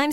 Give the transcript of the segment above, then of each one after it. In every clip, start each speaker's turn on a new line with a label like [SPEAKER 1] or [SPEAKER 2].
[SPEAKER 1] I'm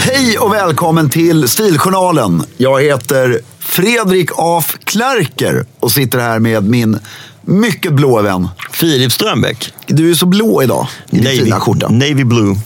[SPEAKER 2] Hej och välkommen till Stiljournalen. Jag heter Fredrik af Klerker och sitter här med min mycket blå vän.
[SPEAKER 3] Filip Strömbäck.
[SPEAKER 2] Du är så blå idag i din fina skjorta.
[SPEAKER 3] Navy Blue.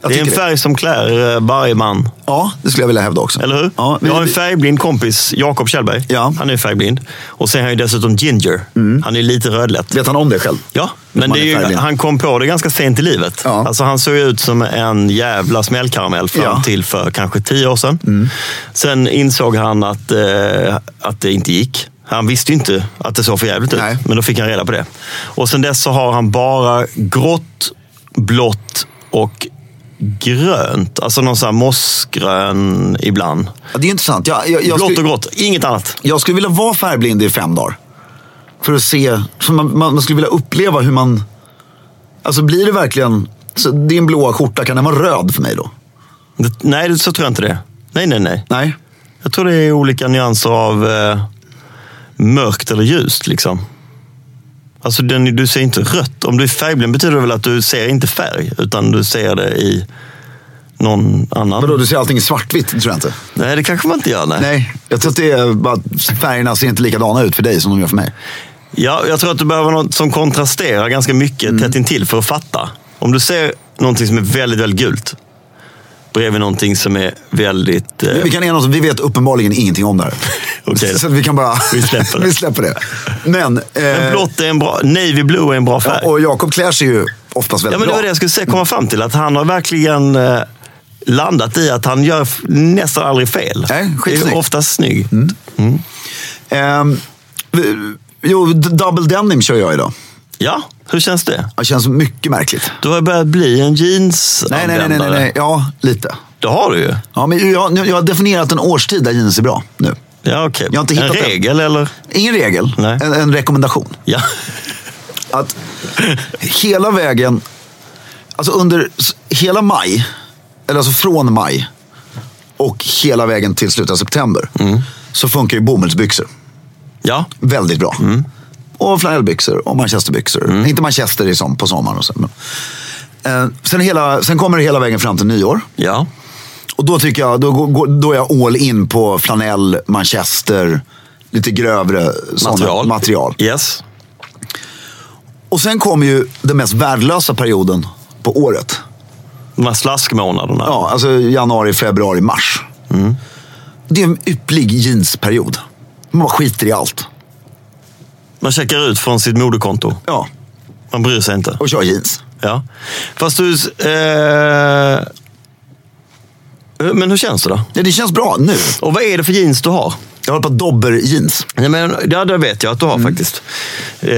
[SPEAKER 2] Jag
[SPEAKER 3] det är en
[SPEAKER 2] tycker
[SPEAKER 3] färg som klär eh, varje man,
[SPEAKER 2] Ja, det skulle jag vilja hävda också.
[SPEAKER 3] eller hur?
[SPEAKER 2] Ja, vi,
[SPEAKER 3] jag har en färgblind kompis, Jakob Kjellberg.
[SPEAKER 2] Ja.
[SPEAKER 3] Han är färgblind. Och sen är han ju dessutom ginger. Han är lite rödlätt.
[SPEAKER 2] Vet han om det själv?
[SPEAKER 3] Ja, men
[SPEAKER 2] man är
[SPEAKER 3] det är ju,
[SPEAKER 2] färgblind.
[SPEAKER 3] han kom på det ganska sent i livet.
[SPEAKER 2] Ja.
[SPEAKER 3] Alltså, han såg ut som en jävla smällkaramell fram
[SPEAKER 2] Ja. Mm.
[SPEAKER 3] till för kanske tio år sedan. Sen insåg han att, eh, att det inte gick. Han visste ju inte att det såg för jävligt ut,
[SPEAKER 2] Nej.
[SPEAKER 3] men då fick han reda på det. eh, Och sen dess så har han bara grått, blått och grönt. Alltså någon sån här mossgrön ibland.
[SPEAKER 2] Ja, det är ju intressant. Jag, jag, jag,
[SPEAKER 3] blått och
[SPEAKER 2] skulle,
[SPEAKER 3] grått, inget annat.
[SPEAKER 2] jag skulle vilja vara färgblind i fem dagar. För att se. För man, man, man skulle vilja uppleva hur man... Alltså blir det verkligen... Så din blåa skjorta, kan den vara röd för mig då?
[SPEAKER 3] Det- Nej, så tror jag inte det. Nej, nej, nej.
[SPEAKER 2] Nej.
[SPEAKER 3] Jag tror det är olika nyanser av eh, mörkt eller ljust. liksom. Alltså den, du ser inte rött. Om du är färgblind betyder det väl att du ser inte färg, utan du ser det i någon annan.
[SPEAKER 2] Vadå, du ser allting i svartvitt? Det tror jag inte.
[SPEAKER 3] Nej, det kanske man inte gör. Nej.
[SPEAKER 2] Nej, jag tror att det är bara att färgerna ser inte likadana ut för dig som de gör för mig.
[SPEAKER 3] Ja, jag tror att du behöver något som kontrasterar ganska mycket
[SPEAKER 2] Mm.
[SPEAKER 3] tätt intill för att fatta. Om du ser någonting som är väldigt, väldigt gult bredvid någonting som är väldigt... eh,
[SPEAKER 2] Vi kan ena oss, vi vet uppenbarligen ingenting om det här.
[SPEAKER 3] Okej då.
[SPEAKER 2] Så att vi kan bara...
[SPEAKER 3] Vi släpper det.
[SPEAKER 2] vi släpper det. Men... Eh,
[SPEAKER 3] Men blått är en bra... Navy blue är en bra färg.
[SPEAKER 2] ja, och Mm. Jakob klär sig ju oftast väldigt
[SPEAKER 3] Ja, men det
[SPEAKER 2] bra.
[SPEAKER 3] var det jag skulle säga, komma fram till. Att han har verkligen eh, landat i att han gör f- nästan aldrig fel.
[SPEAKER 2] Nej, Mm. skitsnyggt.
[SPEAKER 3] Det är oftast snygg.
[SPEAKER 2] Ehm, vi- jo, d- double denim kör jag idag.
[SPEAKER 3] Ja, hur känns det?
[SPEAKER 2] Det känns mycket märkligt.
[SPEAKER 3] Du har börjat bli en
[SPEAKER 2] Nej,
[SPEAKER 3] jeansanvändare.
[SPEAKER 2] nej, nej, nej, nej, nej. Ja, lite.
[SPEAKER 3] Det har du ju.
[SPEAKER 2] Ja, men jag, jag har definierat en årstid där jeans är bra nu.
[SPEAKER 3] Ja, okej.
[SPEAKER 2] Jag har inte
[SPEAKER 3] en
[SPEAKER 2] hittat den.
[SPEAKER 3] regel eller?
[SPEAKER 2] Ingen regel,
[SPEAKER 3] Nej.
[SPEAKER 2] en, en rekommendation.
[SPEAKER 3] Ja.
[SPEAKER 2] Att hela vägen, alltså under s- hela maj, eller alltså från maj och hela vägen till slutet av september, så funkar ju bomullsbyxor.
[SPEAKER 3] ja.
[SPEAKER 2] Väldigt bra. Och flanellbyxor och manchesterbyxor. Inte manchester i som, på sommaren. Och så, men. Eh, sen, hela, sen kommer det hela vägen fram till nyår.
[SPEAKER 3] Ja.
[SPEAKER 2] Och då tycker jag, då, går- går- då är jag all in på flanell, manchester, lite grövre såna
[SPEAKER 3] Material.
[SPEAKER 2] material.
[SPEAKER 3] Yes.
[SPEAKER 2] Och sen kommer ju den mest värdelösa perioden på året.
[SPEAKER 3] De här slaskmånaderna.
[SPEAKER 2] Ja, alltså januari, februari, mars.
[SPEAKER 3] Mm.
[SPEAKER 2] Det är en ypplig jeansperiod. Man bara skiter i allt.
[SPEAKER 3] Man checkar ut från sitt moderkonto.
[SPEAKER 2] Ja,
[SPEAKER 3] Man bryr sig inte.
[SPEAKER 2] och kör jeans.
[SPEAKER 3] Ja. Fast du... Eh... Men hur känns det då?
[SPEAKER 2] Ja, det känns bra nu.
[SPEAKER 3] Och vad är det för jeans du har?
[SPEAKER 2] Jag håller på dobber-jeans.
[SPEAKER 3] Nej, men, ja, det vet jag att du har faktiskt. Eh,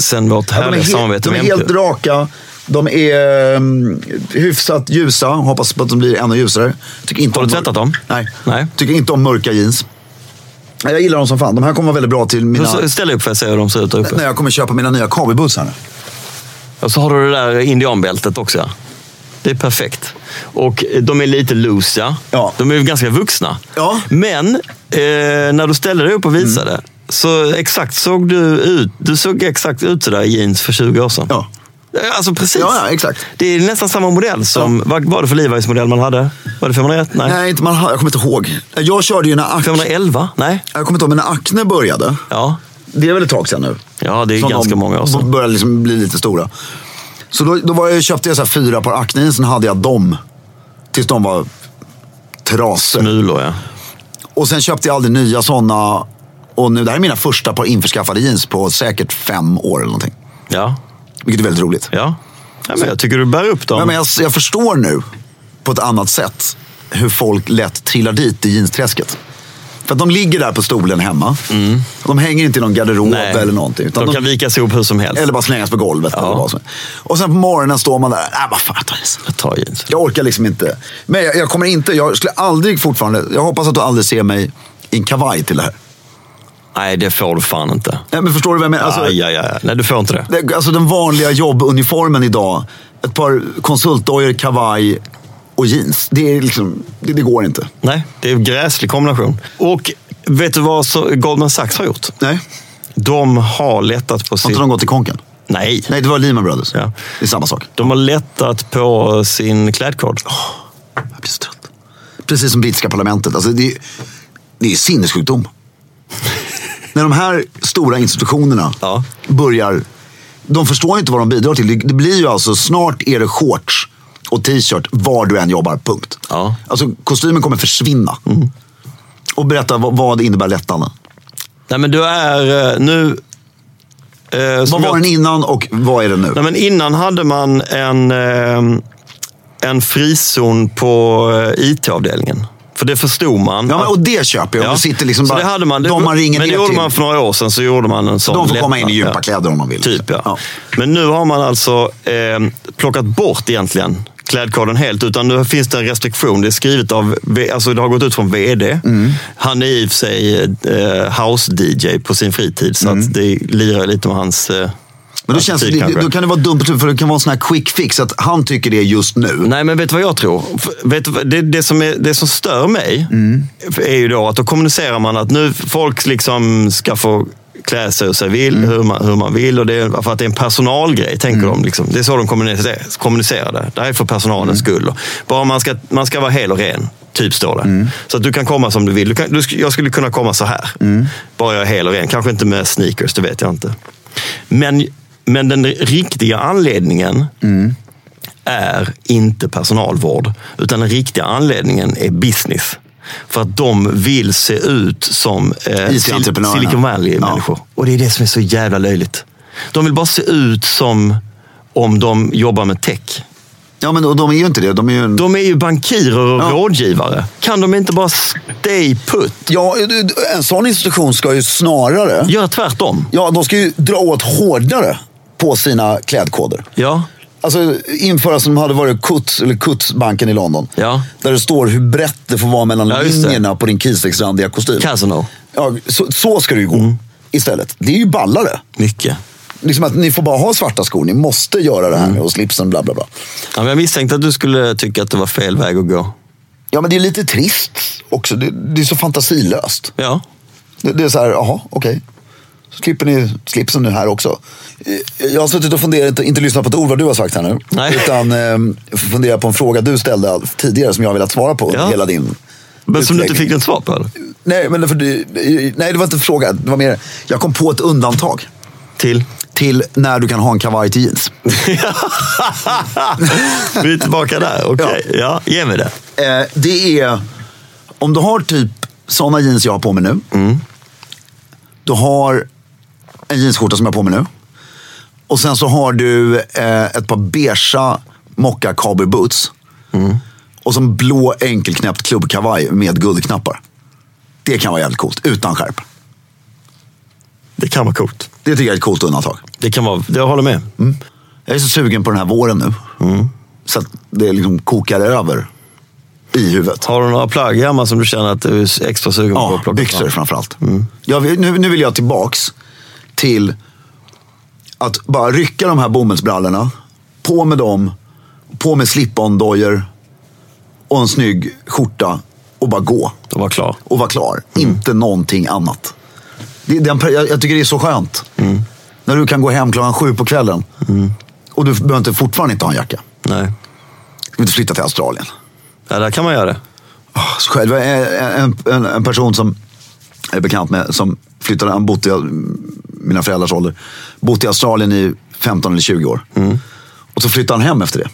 [SPEAKER 3] sen vårt
[SPEAKER 2] Mm. Ja, de är,
[SPEAKER 3] härliga
[SPEAKER 2] helt,
[SPEAKER 3] samarbete
[SPEAKER 2] de är
[SPEAKER 3] med
[SPEAKER 2] helt
[SPEAKER 3] MQ.
[SPEAKER 2] raka. De är mm, hyfsat ljusa. Hoppas på att de blir ännu ljusare. Tycker inte
[SPEAKER 3] Har du
[SPEAKER 2] om mör-
[SPEAKER 3] tvättat dem?
[SPEAKER 2] Nej.
[SPEAKER 3] Nej.
[SPEAKER 2] Tycker inte om mörka jeans. Nej, Jag gillar dem som fan. De här kommer vara väldigt bra till mina...
[SPEAKER 3] Så Ställ upp för att se hur de ser ut där
[SPEAKER 2] När
[SPEAKER 3] uppe.
[SPEAKER 2] jag kommer köpa mina nya kabelbuss här nu.
[SPEAKER 3] Och så har du det där indianbältet också. Ja. Det är perfekt. Och eh, de är lite loose, ja.
[SPEAKER 2] Ja.
[SPEAKER 3] De är ju ganska vuxna.
[SPEAKER 2] Ja. Mm.
[SPEAKER 3] Men eh, när du ställde dig upp och visade, så exakt såg du ut. Du såg exakt ut sådär i jeans för 20 år sedan.
[SPEAKER 2] Ja.
[SPEAKER 3] Alltså precis.
[SPEAKER 2] Ja, ja, exakt.
[SPEAKER 3] Det är nästan samma modell som, vad var det för Levi's-modell man hade? Var det 501? Nej.
[SPEAKER 2] Nej, inte man, jag kommer inte ihåg. Jag körde ju när Acne,
[SPEAKER 3] 511? Nej.
[SPEAKER 2] jag kommer inte ihåg, men när Acne började.
[SPEAKER 3] Ja.
[SPEAKER 2] Det är väl ett tag sedan nu.
[SPEAKER 3] Ja, det är
[SPEAKER 2] Som
[SPEAKER 3] ganska
[SPEAKER 2] de
[SPEAKER 3] många år sedan.
[SPEAKER 2] börjar liksom bli lite stora. Så då, då var jag, köpte jag så här fyra par Acne, sen hade jag dem. Tills de var trasor.
[SPEAKER 3] Smulor, ja.
[SPEAKER 2] Och sen köpte jag aldrig nya sådana. Och nu, det här är mina första par införskaffade jeans på säkert fem år eller någonting.
[SPEAKER 3] Ja.
[SPEAKER 2] Vilket är väldigt roligt.
[SPEAKER 3] ja. ja men jag tycker du bär upp dem.
[SPEAKER 2] Men, men jag, jag förstår nu på ett annat sätt hur folk lätt trillar dit i jeansträsket. För att de ligger där på stolen hemma. De hänger inte i någon garderob
[SPEAKER 3] Mm. Nej.
[SPEAKER 2] eller någonting. utan
[SPEAKER 3] de kan vikas ihop hur som helst.
[SPEAKER 2] Eller bara slängas på golvet. Eller vad som. Och sen på morgonen står man där. Nej, vad fan, jag tar jeans.
[SPEAKER 3] Jag tar jeans.
[SPEAKER 2] Jag orkar liksom inte. Men jag, jag kommer inte, jag skulle aldrig fortfarande, jag hoppas att du aldrig ser mig i en kavaj till det här.
[SPEAKER 3] Nej, det får du fan inte.
[SPEAKER 2] Nej, men förstår du vad jag menar? Alltså,
[SPEAKER 3] aj, aj, aj. Nej, du får inte det.
[SPEAKER 2] det- alltså den vanliga jobbuniformen idag. Ett par konsultdojor, kavaj och jeans. Det, är liksom, det, det går inte.
[SPEAKER 3] Nej, det är en gräslig kombination. Och vet du vad så Goldman Sachs har gjort?
[SPEAKER 2] Nej.
[SPEAKER 3] De har lättat på
[SPEAKER 2] Har
[SPEAKER 3] sin...
[SPEAKER 2] inte de gått till konken?
[SPEAKER 3] Nej.
[SPEAKER 2] Nej, det var Lehman Brothers.
[SPEAKER 3] Ja.
[SPEAKER 2] Det är samma sak.
[SPEAKER 3] De har lättat på sin klädkod.
[SPEAKER 2] Jag blir så trött. Precis som brittiska parlamentet. Alltså, det, är- det är sinnessjukdom. När de här stora institutionerna
[SPEAKER 3] Ja.
[SPEAKER 2] börjar... De förstår ju inte vad de bidrar till. Det- Det blir ju alltså, snart är det shorts och t-shirt var du än jobbar, punkt.
[SPEAKER 3] Ja. Mm.
[SPEAKER 2] Alltså kostymen kommer försvinna. Och berätta vad, vad det innebär lättnaden.
[SPEAKER 3] Nej, men du är eh, nu... Eh, som
[SPEAKER 2] Vad var
[SPEAKER 3] jag-
[SPEAKER 2] den innan och vad är den nu?
[SPEAKER 3] Nej, men innan hade man en, eh, en frizon på eh, IT-avdelningen. För det förstod man.
[SPEAKER 2] Ja, men,
[SPEAKER 3] att-
[SPEAKER 2] och det köper jag.
[SPEAKER 3] Ja.
[SPEAKER 2] Det sitter liksom
[SPEAKER 3] så
[SPEAKER 2] bara,
[SPEAKER 3] det hade man.
[SPEAKER 2] de man ringer
[SPEAKER 3] men det
[SPEAKER 2] ner
[SPEAKER 3] gjorde
[SPEAKER 2] till.
[SPEAKER 3] man för några år sedan. Så gjorde man en sån
[SPEAKER 2] De får komma in i
[SPEAKER 3] lättnad.
[SPEAKER 2] gympakläder om de vill.
[SPEAKER 3] Typ, ja.
[SPEAKER 2] Ja.
[SPEAKER 3] Men nu har man alltså eh, plockat bort egentligen klädkoden helt. Utan nu finns det en restriktion. Det är skrivet av, V- alltså det har gått ut från VD.
[SPEAKER 2] Mm.
[SPEAKER 3] Han är i och för sig eh, house-DJ på sin fritid. Så
[SPEAKER 2] Mm.
[SPEAKER 3] att det lirar lite med hans... Eh,
[SPEAKER 2] Men då, känns det,
[SPEAKER 3] attityd
[SPEAKER 2] det-
[SPEAKER 3] kanske.
[SPEAKER 2] då kan det vara dumt, för det kan vara en sån här quick fix att han tycker det just nu.
[SPEAKER 3] Nej, men vet du vad jag tror? F- Vet du, vad- det, det, som är, det som stör mig är ju då att då kommunicerar man att nu folk liksom ska få klä sig hur sig vill, hur, man, hur man vill. Och det är, för att det är en personalgrej, tänker de. Liksom. Det är så de kommunicerar, kommunicerar det. Det här är för personalens skull. Och Bara man ska, man ska vara hel och ren, typ står det. Så att du kan komma som du vill. Du kan, du, sk- jag skulle kunna komma så här. Bara jag är hel och ren. Kanske inte med sneakers, det vet jag inte. Men, men den riktiga anledningen är inte personalvård. Utan den riktiga anledningen är business. För att de vill se ut som eh, Sil-
[SPEAKER 2] IT-entreprenörerna.
[SPEAKER 3] Silicon Valley-människor. Och det är det som är så jävla löjligt. De vill bara se ut som om de jobbar med tech.
[SPEAKER 2] Ja, men och de är ju inte det. De är ju en...
[SPEAKER 3] De är ju bankirer och
[SPEAKER 2] Ja.
[SPEAKER 3] rådgivare. Kan de inte bara stay put?
[SPEAKER 2] Ja, en sån institution ska ju snarare...
[SPEAKER 3] Gör tvärtom.
[SPEAKER 2] Ja, de ska ju dra åt hårdare på sina klädkoder.
[SPEAKER 3] Ja,
[SPEAKER 2] Alltså införa som hade varit Kuts, eller Kutsbanken i London.
[SPEAKER 3] Ja.
[SPEAKER 2] Där det står hur brett det får vara mellan
[SPEAKER 3] Ja, just det.
[SPEAKER 2] linjerna på din kisexrandiga kostym.
[SPEAKER 3] Casino.
[SPEAKER 2] Ja, så, så ska det ju gå
[SPEAKER 3] Mm.
[SPEAKER 2] istället. Det är ju ballare.
[SPEAKER 3] Mycket.
[SPEAKER 2] Liksom att ni får bara ha svarta skor. Ni måste göra det här
[SPEAKER 3] Mm.
[SPEAKER 2] nu och slipsen bla bla bla.
[SPEAKER 3] Ja, men jag misstänkte att du skulle tycka att det var fel väg att gå.
[SPEAKER 2] Ja, men det är lite trist också. Det, det är så fantasilöst.
[SPEAKER 3] Ja,
[SPEAKER 2] Det, det är så här, jaha, okej. Så klipper ni slipsen nu här också. Eh, Jag har suttit och funderat, inte, inte lyssnat på ett ord vad du har sagt här nu.
[SPEAKER 3] Nej.
[SPEAKER 2] Utan eh, funderat på en fråga du ställde tidigare som jag har velat svara på.
[SPEAKER 3] Ja.
[SPEAKER 2] Hela din...
[SPEAKER 3] men som du inte
[SPEAKER 2] utläggning.
[SPEAKER 3] fick något svar på. eller?
[SPEAKER 2] eh, Nej, men för, du- nej, det var inte en fråga. Det var mer, jag kom på ett undantag.
[SPEAKER 3] Till?
[SPEAKER 2] till när du kan ha en kavaj till jeans.
[SPEAKER 3] Vi är tillbaka där. Okej, ja. ge mig det.
[SPEAKER 2] Eh, det är, om du har typ sådana jeans jag har på mig nu. Du har en jeansskjorta som jag har på mig nu. Och sen så har du eh, ett par beigea mocka cowboy boots. Och så en blå enkelknäppt klubbkavaj med guldknappar. Det kan vara jävligt coolt, utan skärp.
[SPEAKER 3] Det kan vara coolt.
[SPEAKER 2] Det tycker jag är ett coolt undantag.
[SPEAKER 3] Det kan vara, jag håller med.
[SPEAKER 2] Mm. Jag är så sugen på den här våren nu. Så att det liksom kokar över i huvudet.
[SPEAKER 3] Har du några plagg hemma som du känner att du är extra sugen på
[SPEAKER 2] Ja,
[SPEAKER 3] att plocka
[SPEAKER 2] byxor
[SPEAKER 3] fram?
[SPEAKER 2] framförallt. Jag vill, nu, nu vill jag tillbaks till att bara rycka de här bomullsbrallorna. På med dem, på med slip-on-dojor och en snygg skjorta och bara gå.
[SPEAKER 3] Då var klar.
[SPEAKER 2] Och vara klar.
[SPEAKER 3] Mm.
[SPEAKER 2] Inte någonting annat. Det, den, per- jag, jag tycker det är så skönt.
[SPEAKER 3] Mm.
[SPEAKER 2] När du kan gå hem klockan sju på kvällen och du behöver inte, fortfarande inte ha en jacka.
[SPEAKER 3] Nej.
[SPEAKER 2] Ska vi inte flytta till Australien?
[SPEAKER 3] Ja, där kan man göra det.
[SPEAKER 2] Ah, Så Själv är en, en, en person som jag är bekant med, som flyttade, han bodde i mina föräldrars ålder, bodde i Australien i 15 eller 20 år.
[SPEAKER 3] Mm.
[SPEAKER 2] Och så flyttade han hem efter det.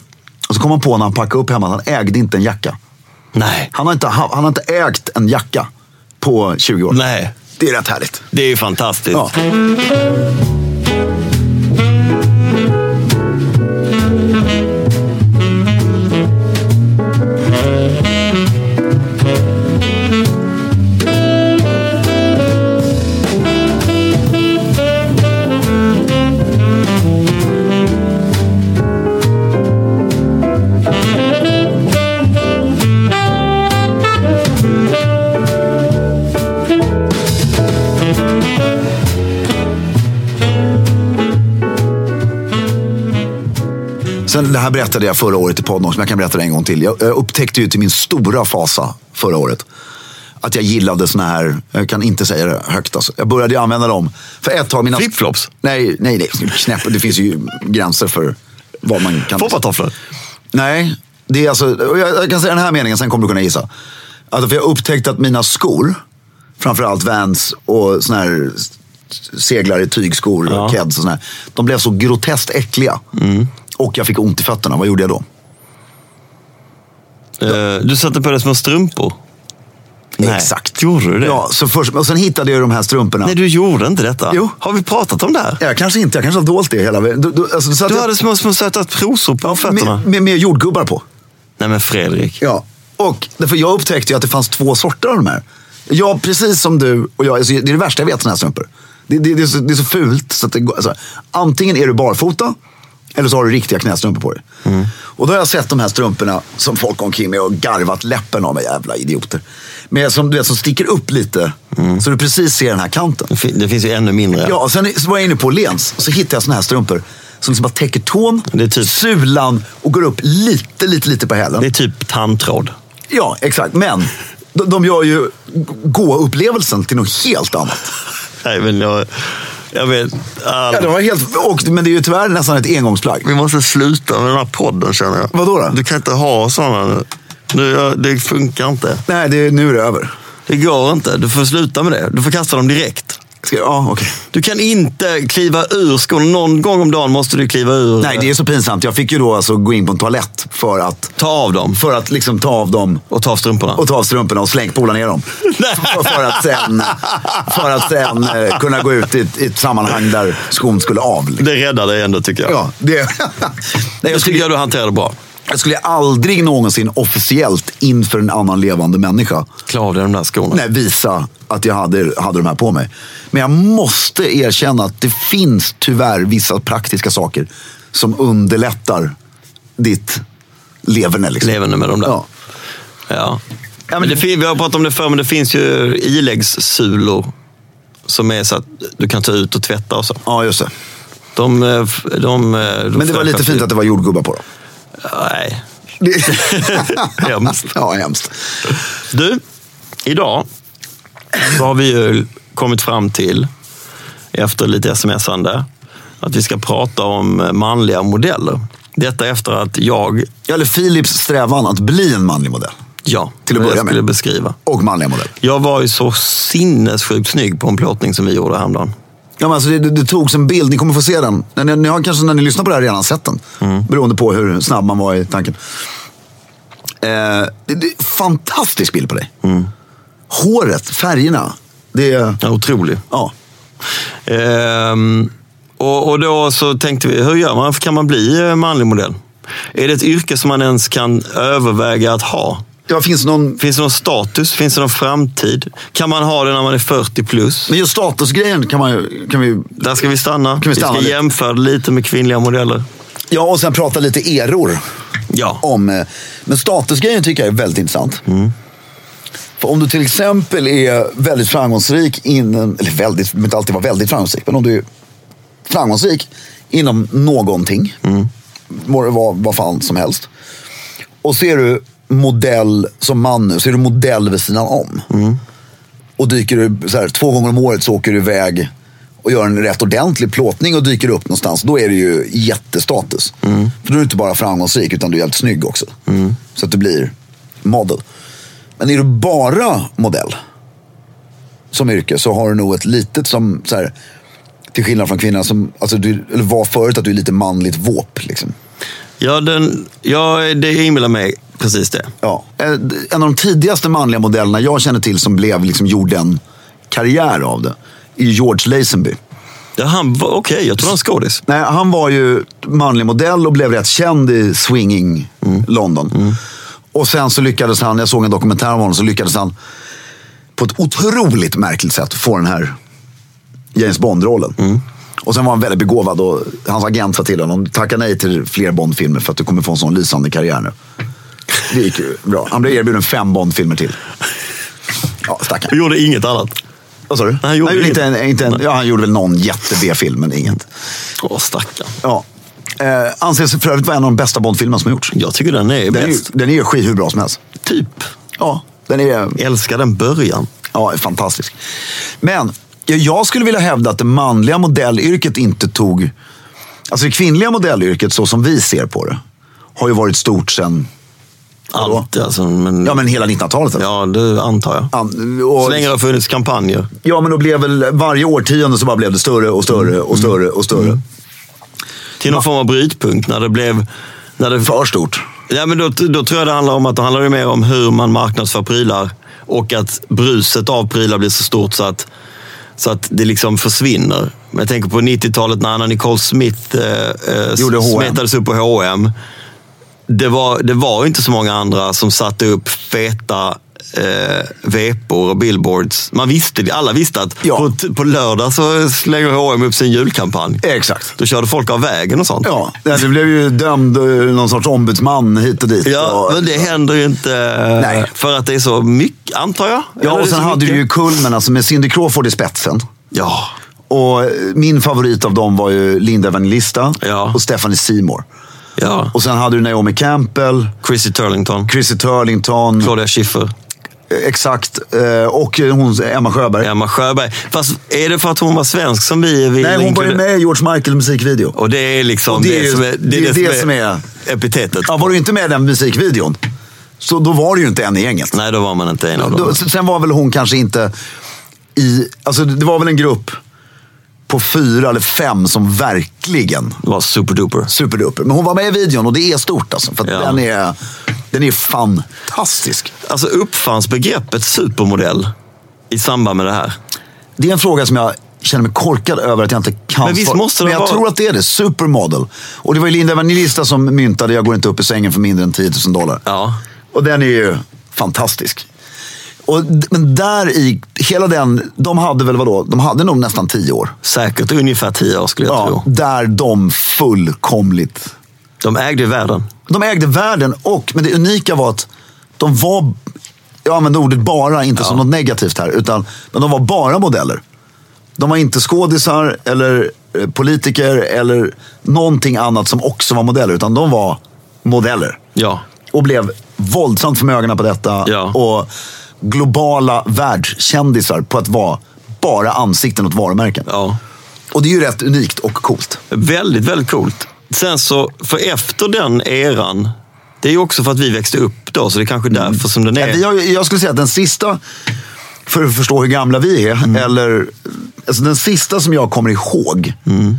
[SPEAKER 2] Och så kom han på när han packade upp hemma att han ägde inte en jacka.
[SPEAKER 3] Nej.
[SPEAKER 2] Han har inte, ha- han har inte ägt en jacka på 20 år.
[SPEAKER 3] Nej.
[SPEAKER 2] Det är rätt härligt.
[SPEAKER 3] Det är ju fantastiskt.
[SPEAKER 2] Ja. Sen, det här berättade jag förra året i podden också, men jag kan berätta det en gång till. Jag, jag upptäckte ju till min stora fasa förra året att jag gillade såna här, jag kan inte säga det högt alltså. Jag började ju använda dem. För ett tag mina...
[SPEAKER 3] Flipflops?
[SPEAKER 2] Nej, nej, nej. Knäpp, det finns ju gränser för vad man kan...
[SPEAKER 3] Foppatofflor.
[SPEAKER 2] Nej, det är alltså, och jag, jag kan säga den här meningen, sen kommer du kunna gissa. Alltså, för jag upptäckte att mina skor, framförallt Vans och såna här seglare, tygskor,
[SPEAKER 3] Ja. Mm.
[SPEAKER 2] Keds och såna här. De blev så groteskt äckliga. Och jag fick ont i fötterna. Vad gjorde jag då?
[SPEAKER 3] Eh, Du satte på dig små strumpor. Nej.
[SPEAKER 2] Exakt.
[SPEAKER 3] Gjorde du det?
[SPEAKER 2] Ja, så först, och sen hittade jag ju de här strumporna.
[SPEAKER 3] Nej, du gjorde inte detta.
[SPEAKER 2] Jo.
[SPEAKER 3] Har vi pratat om det här?
[SPEAKER 2] Jag kanske inte, jag kanske har dolt det hela vägen. Du, du, alltså, så att
[SPEAKER 3] Du
[SPEAKER 2] jag-
[SPEAKER 3] hade små, små söta trosor på fötterna.
[SPEAKER 2] med, med, med jordgubbar på.
[SPEAKER 3] Nej, men Fredrik.
[SPEAKER 2] Ja, och därför jag upptäckte ju att det fanns två sorter av de här. Jag, precis som du och jag, alltså, det är det värsta jag vet sådana här strumpor. Det, det, det, är så, det är så fult. Så att det, går- alltså, antingen är du barfota eller så har du riktiga knästrumpor på dig.
[SPEAKER 3] Mm.
[SPEAKER 2] Och då har jag sett de här strumporna som folk omkring mig och garvat läppen av mig, jävla idioter. Men som, du vet, som sticker upp lite
[SPEAKER 3] Mm.
[SPEAKER 2] så du precis ser den här kanten.
[SPEAKER 3] Det fin- Det finns ju ännu mindre.
[SPEAKER 2] Ja, och sen är- så var jag inne på Lens och så hittade jag såna här strumpor som liksom bara täcker tån,
[SPEAKER 3] Det är typ-
[SPEAKER 2] sulan och går upp lite, lite, lite på hälen.
[SPEAKER 3] Det är typ tandtråd.
[SPEAKER 2] Ja, exakt. Men de, de gör ju gå-upplevelsen till något helt annat.
[SPEAKER 3] Nej, men jag... Jag vet... all-
[SPEAKER 2] Ja, de var helt, och, men det är ju tyvärr nästan ett engångsplagg.
[SPEAKER 3] Vi måste sluta med den här podden känner jag.
[SPEAKER 2] Vadå då?
[SPEAKER 3] Du kan inte ha sådana nu. nu. ja, Det funkar inte.
[SPEAKER 2] Nej, det, är- nu är det över.
[SPEAKER 3] Det går inte. Du får sluta med det. Du får kasta dem direkt.
[SPEAKER 2] Ska, ja, okej.
[SPEAKER 3] Du kan inte kliva ur skon. Någon gång om dagen måste du kliva ur.
[SPEAKER 2] Nej, det är så pinsamt. Jag fick ju då alltså gå in på en toalett för att,
[SPEAKER 3] Ta av dem
[SPEAKER 2] för att liksom ta av dem
[SPEAKER 3] och ta av strumporna.
[SPEAKER 2] och ta av strumporna och slängpola ner dem. För, för att sen, för att sen eh, kunna gå ut i ett, i ett sammanhang där skon skulle av. liksom.
[SPEAKER 3] Det räddar dig ändå tycker jag.
[SPEAKER 2] Ja, det, Nej,
[SPEAKER 3] Det
[SPEAKER 2] jag,
[SPEAKER 3] tycker
[SPEAKER 2] skulle,
[SPEAKER 3] jag du hanterade bra.
[SPEAKER 2] jag skulle aldrig någonsin officiellt inför en annan levande människa
[SPEAKER 3] Klä av dig de där skorna.
[SPEAKER 2] nej, visa att jag hade, hade de här på mig. Men jag måste erkänna att det finns tyvärr vissa praktiska saker som underlättar ditt leverne. Liksom.
[SPEAKER 3] Levande med de där.
[SPEAKER 2] Ja.
[SPEAKER 3] Ja.
[SPEAKER 2] men-
[SPEAKER 3] men det, fin- vi har pratat om det förr, men det finns ju iläggssulor. Som är så att du kan ta ut och tvätta och så.
[SPEAKER 2] ja, just det.
[SPEAKER 3] De, eh, f- de, eh, de
[SPEAKER 2] Men det var lite fint att det var jordgubbar på dem.
[SPEAKER 3] Nej.
[SPEAKER 2] Det...
[SPEAKER 3] Hemskt.
[SPEAKER 2] ja, hemskt.
[SPEAKER 3] Du, idag så har vi ju kommit fram till, efter lite smsande, att vi ska prata om manliga modeller. Detta efter att jag,
[SPEAKER 2] Ja, Eller Philips strävan att bli en manlig modell.
[SPEAKER 3] ja,
[SPEAKER 2] Till att
[SPEAKER 3] jag
[SPEAKER 2] börja med.
[SPEAKER 3] skulle beskriva.
[SPEAKER 2] Och manliga modell.
[SPEAKER 3] Jag var ju så sinnessjukt snygg på en plåtning som vi gjorde häromdagen.
[SPEAKER 2] Ja, men alltså det, det, det togs en bild, ni kommer få se den. Ni, ni har kanske när ni lyssnar på det här redan sett den. Beroende på hur snabb man var i tanken. Eh, det, det, fantastisk bild på dig. Håret, färgerna. Det är...
[SPEAKER 3] Ja, otrolig.
[SPEAKER 2] Ja.
[SPEAKER 3] Ehm, och, och då så tänkte vi, hur gör man? Kan man bli eh, manlig modell? Är det ett yrke som man ens kan överväga att ha?
[SPEAKER 2] Det finns någon...
[SPEAKER 3] Finns det någon status? Finns det någon framtid? Kan man ha det när man är 40 plus?
[SPEAKER 2] Men just statusgrejen kan man ju... Kan vi...
[SPEAKER 3] Där ska vi stanna.
[SPEAKER 2] vi stanna
[SPEAKER 3] ska
[SPEAKER 2] lite?
[SPEAKER 3] jämföra lite med kvinnliga modeller.
[SPEAKER 2] Ja, och sen prata lite eror.
[SPEAKER 3] Ja.
[SPEAKER 2] om... eh, Men statusgrejen tycker jag är väldigt intressant. För om du till exempel är väldigt framgångsrik inom, eller väldigt, men inte alltid vara väldigt framgångsrik, men om du är framgångsrik inom någonting, må det vara vad fan som helst. Och så är du modell som man nu, så är du modell vid sidan om. Och dyker du, så här, två gånger om året så åker du iväg och gör en rätt ordentlig plåtning och dyker upp någonstans. Då är det ju jättestatus. För då är du inte bara framgångsrik utan du är helt snygg också. Så att du blir model. Men är du bara modell som yrke så har du nog ett litet som, så här, till skillnad från kvinnan, som alltså du, eller var förut att du är lite manligt våp. Liksom.
[SPEAKER 3] Ja, den, ja det inbillar mig precis det.
[SPEAKER 2] Ja. Eh, d- En av de tidigaste manliga modellerna jag känner till som blev, liksom, gjorde en karriär av det, är ju George Lazenby.
[SPEAKER 3] Ja, han var, okej, jag tror han var skådis.
[SPEAKER 2] Nej, han var ju manlig modell och blev rätt känd i swinging
[SPEAKER 3] Mm.
[SPEAKER 2] London. Och sen så lyckades han, jag såg en dokumentär om honom, så lyckades han på ett otroligt märkligt sätt få den här James Bond-rollen.
[SPEAKER 3] Mm.
[SPEAKER 2] Och sen var han väldigt begåvad och hans agent sa till honom, tacka nej till fler Bond-filmer för att du kommer få en sån lysande karriär nu. Det gick ju bra. Han blev erbjuden fem Bond-filmer till. Ja, stackarn.
[SPEAKER 3] Och gjorde inget annat.
[SPEAKER 2] Vad sa du?
[SPEAKER 3] Han gjorde
[SPEAKER 2] inte
[SPEAKER 3] inget.
[SPEAKER 2] en, inte en, ja, han gjorde väl någon jätte-B-film, men inget.
[SPEAKER 3] Åh, stackarn.
[SPEAKER 2] Ja. Eh, anses för övrigt vara en av de bästa Bond-filmerna som har gjorts.
[SPEAKER 3] Jag tycker den är
[SPEAKER 2] Den är, ju-
[SPEAKER 3] bäst.
[SPEAKER 2] den är ju skit hur bra som helst.
[SPEAKER 3] Typ.
[SPEAKER 2] Ja, den är
[SPEAKER 3] Älskar den början.
[SPEAKER 2] ja, är fantastisk. Men ja, jag skulle vilja hävda att det manliga modellyrket inte tog... Alltså det kvinnliga modellyrket, så som vi ser på det, har ju varit stort sedan... Vadå?
[SPEAKER 3] Allt alltså. Men,
[SPEAKER 2] Ja, men hela 1900-talet. alltså.
[SPEAKER 3] ja, det antar jag.
[SPEAKER 2] Ja,
[SPEAKER 3] Så
[SPEAKER 2] och,
[SPEAKER 3] länge det har funnits kampanjer.
[SPEAKER 2] ja, men då blev väl varje årtionde så bara blev det större och större
[SPEAKER 3] Mm.
[SPEAKER 2] och större och större.
[SPEAKER 3] Till någon form av brytpunkt när det blev... När det,
[SPEAKER 2] För stort.
[SPEAKER 3] ja, men då, då tror jag det handlar om att det handlar ju mer om hur man marknadsför prylar och att bruset av prylar blir så stort så att, så att det liksom försvinner. Men jag tänker på 90-talet när Anna Nicole Smith eh, eh,
[SPEAKER 2] Gjorde H&M.
[SPEAKER 3] smetades upp på H&M det var, det var inte så många andra som satte upp feta eh, vepor och billboards. Man visste, det. alla visste att
[SPEAKER 2] Ja.
[SPEAKER 3] på, på lördag så slänger H&M upp sin julkampanj.
[SPEAKER 2] Exakt.
[SPEAKER 3] Då körde folk av vägen och sånt.
[SPEAKER 2] Eh. Ja, det blev ju dömd eh, någon sorts ombudsman hit och dit.
[SPEAKER 3] Ja,
[SPEAKER 2] och,
[SPEAKER 3] men det händer ju inte eh,
[SPEAKER 2] Nej.
[SPEAKER 3] för att det är så mycket, antar jag. Eller
[SPEAKER 2] ja
[SPEAKER 3] är
[SPEAKER 2] och
[SPEAKER 3] det
[SPEAKER 2] sen
[SPEAKER 3] så
[SPEAKER 2] hade
[SPEAKER 3] mycket?
[SPEAKER 2] du ju Kulmen alltså med Cindy Crawford i spetsen.
[SPEAKER 3] Ja,
[SPEAKER 2] Och eh, min favorit av dem var ju Linda Evangelista
[SPEAKER 3] Ja.
[SPEAKER 2] och Stephanie Seymour.
[SPEAKER 3] ja.
[SPEAKER 2] Och sen hade du Naomi Campbell,
[SPEAKER 3] Chrissy Turlington,
[SPEAKER 2] Chrissy Turlington,
[SPEAKER 3] Claudia Schiffer,
[SPEAKER 2] eh, exakt. eh, Och hon, Emma Sjöberg.
[SPEAKER 3] Emma Sjöberg. Fast är det för att hon var svensk som vi vill
[SPEAKER 2] Nej, hon var ju
[SPEAKER 3] inkludera?
[SPEAKER 2] med i George Michael musikvideo.
[SPEAKER 3] Och det är liksom
[SPEAKER 2] Och det är ju-
[SPEAKER 3] som är,
[SPEAKER 2] det är det som är-
[SPEAKER 3] epitetet.
[SPEAKER 2] Ja, var du inte med i den musikvideon, så då var du ju inte en i gänget.
[SPEAKER 3] Nej, då var man inte en av dem.
[SPEAKER 2] Då, sen var väl hon kanske inte i... Alltså det var väl en grupp på fyra eller fem som verkligen
[SPEAKER 3] Det var superduper.
[SPEAKER 2] superduper. Men hon var med i videon och det är stort alltså. För att
[SPEAKER 3] Ja.
[SPEAKER 2] den, är, den är fantastisk.
[SPEAKER 3] Alltså uppfanns begreppet supermodell i samband med det här?
[SPEAKER 2] Det är en fråga som jag känner mig korkad över att jag inte kan
[SPEAKER 3] Men visst
[SPEAKER 2] svara-
[SPEAKER 3] måste det
[SPEAKER 2] Men jag
[SPEAKER 3] vara-
[SPEAKER 2] tror att det är det. Supermodel. Och det var ju Linda Evangelista som myntade Jag går inte upp i sängen för mindre än 10 000 dollar.
[SPEAKER 3] Ja.
[SPEAKER 2] Och den är ju fantastisk. Och, d- men där i, hela den, de hade väl vadå, de hade nog nästan 10 år.
[SPEAKER 3] Säkert ungefär tio år skulle jag
[SPEAKER 2] Ja,
[SPEAKER 3] tro.
[SPEAKER 2] där de fullkomligt...
[SPEAKER 3] De ägde världen.
[SPEAKER 2] De ägde världen och, men det unika var att de var, jag använder ordet bara, inte som något negativt här, utan men de var bara modeller. De var inte skådisar eller eh, politiker eller någonting annat som också var modeller, utan de var modeller.
[SPEAKER 3] Ja.
[SPEAKER 2] Och blev våldsamt förmögna på detta
[SPEAKER 3] Ja.
[SPEAKER 2] och globala världskändisar på att vara bara ansikten åt varumärken.
[SPEAKER 3] ja.
[SPEAKER 2] Och det är ju rätt unikt och coolt.
[SPEAKER 3] Väldigt, väldigt coolt. Sen så, för efter den eran, det är ju också för att vi växte upp då, så det är kanske därför som den
[SPEAKER 2] Mm. Ja,
[SPEAKER 3] är...
[SPEAKER 2] vi har, ju- jag skulle säga att den sista för att förstå hur gamla vi är.
[SPEAKER 3] Mm.
[SPEAKER 2] Eller, alltså den sista som jag kommer ihåg,
[SPEAKER 3] Mm.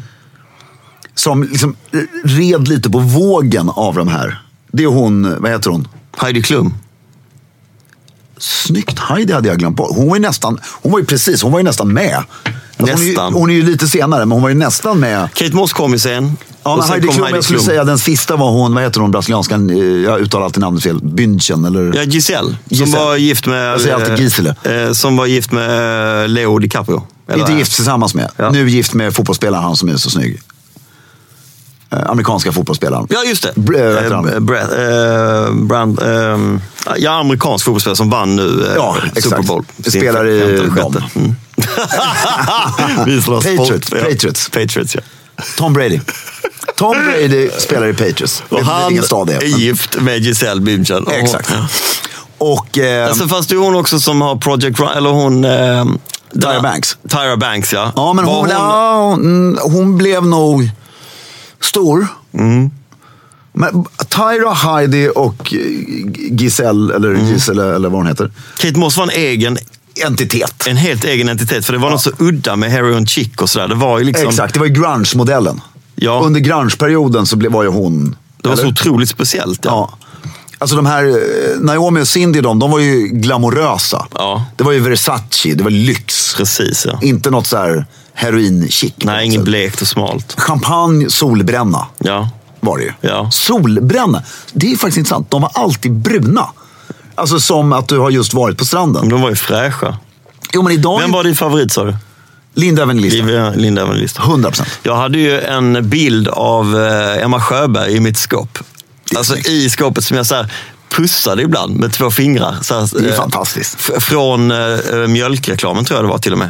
[SPEAKER 2] som liksom red lite på vågen av de här. Det är hon, vad heter hon?
[SPEAKER 3] Heidi Klum.
[SPEAKER 2] Snyggt Heidi hade jag glömt bort. Hon var ju nästan, hon var ju precis, hon var ju nästan med. Alltså Hon, är
[SPEAKER 3] Nästan.
[SPEAKER 2] ju, hon är ju lite senare, men hon var ju nästan med.
[SPEAKER 3] Kate Moss kom ju sen.
[SPEAKER 2] Ja,
[SPEAKER 3] och
[SPEAKER 2] men
[SPEAKER 3] sen
[SPEAKER 2] Heidi
[SPEAKER 3] kom
[SPEAKER 2] Klum, jag skulle säga den sista var hon, vad heter hon, brasilianskan, eh, jag uttalar alltid namnet fel, Bündchen eller?
[SPEAKER 3] Ja, Giselle. Som
[SPEAKER 2] Giselle.
[SPEAKER 3] var gift med...
[SPEAKER 2] Jag säger alltid
[SPEAKER 3] eh,
[SPEAKER 2] Gisele.
[SPEAKER 3] Eh, som var gift med eh, Leo DiCaprio. Eller-
[SPEAKER 2] Inte gift tillsammans med,
[SPEAKER 3] Ja.
[SPEAKER 2] nu gift med fotbollsspelaren, han som är så snygg. Eh, amerikanska fotbollsspelaren.
[SPEAKER 3] Ja, just det.
[SPEAKER 2] Br- vad heter han?
[SPEAKER 3] Eh, Brad, eh, Brand, ehm, ja, amerikansk fotbollsspelare som vann nu eh,
[SPEAKER 2] Ja,
[SPEAKER 3] Super
[SPEAKER 2] exakt.
[SPEAKER 3] Bowl.
[SPEAKER 2] Vi spelar i
[SPEAKER 3] Femte eller
[SPEAKER 2] dem.
[SPEAKER 3] sjätte. Mm. Vi slår sport.
[SPEAKER 2] Patriots,
[SPEAKER 3] Ja.
[SPEAKER 2] Patriots.
[SPEAKER 3] Patriots, ja.
[SPEAKER 2] Tom Brady. Tom Brady spelar i Patriots.
[SPEAKER 3] Och
[SPEAKER 2] det är
[SPEAKER 3] han
[SPEAKER 2] ingen stad det
[SPEAKER 3] är
[SPEAKER 2] är. men-
[SPEAKER 3] gift med Giselle Bündchen. Och-
[SPEAKER 2] Exakt. Och... Eh,
[SPEAKER 3] Alltså, fast det är hon också som har Project Run, eller hon... Eh,
[SPEAKER 2] Tyra Banks.
[SPEAKER 3] Tyra Banks, ja.
[SPEAKER 2] Ja, men
[SPEAKER 3] Var
[SPEAKER 2] hon, ja, mm, hon blev nog stor.
[SPEAKER 3] Mm.
[SPEAKER 2] Men Tyra, Heidi och eh, Giselle, eller
[SPEAKER 3] Mm.
[SPEAKER 2] Giselle, eller vad hon heter.
[SPEAKER 3] Kate Moss var en egen
[SPEAKER 2] Entitet.
[SPEAKER 3] en helt egen entitet, för det var något så udda med Harry och Chick och sådär. Det var ju liksom...
[SPEAKER 2] Exakt, det var ju grunge-modellen.
[SPEAKER 3] Ja.
[SPEAKER 2] Under grunge-perioden så ble- var ju hon...
[SPEAKER 3] Det var så
[SPEAKER 2] eller?
[SPEAKER 3] otroligt speciellt. Ja.
[SPEAKER 2] Ja. Alltså de här, eh, Naomi och Cindy, de, de var ju glamorösa.
[SPEAKER 3] Ja.
[SPEAKER 2] Det var ju Versace, det var lyx.
[SPEAKER 3] Precis, ja.
[SPEAKER 2] Inte något så här heroin-chic. på något
[SPEAKER 3] Nej, inget
[SPEAKER 2] sätt.
[SPEAKER 3] blekt och smalt.
[SPEAKER 2] Champagne, solbränna
[SPEAKER 3] Ja.
[SPEAKER 2] var det ju.
[SPEAKER 3] Ja.
[SPEAKER 2] Solbränna. Det är faktiskt intressant. De var alltid bruna. Alltså som att du har just varit på
[SPEAKER 3] Men
[SPEAKER 2] stranden.
[SPEAKER 3] de var ju fräscha.
[SPEAKER 2] Jo, men idag...
[SPEAKER 3] Vem var din favorit sa du?
[SPEAKER 2] Linda Evangelista.
[SPEAKER 3] Liv- Linda Evangelista.
[SPEAKER 2] 100 procent.
[SPEAKER 3] Jag hade ju en bild av eh, Emma Sjöberg i mitt skåp. Alltså i skåpet som jag så här pussade ibland med två fingrar. Så här,
[SPEAKER 2] Det är
[SPEAKER 3] eh,
[SPEAKER 2] fantastiskt.
[SPEAKER 3] f- Från eh, mjölkreklamen tror jag det var till och med.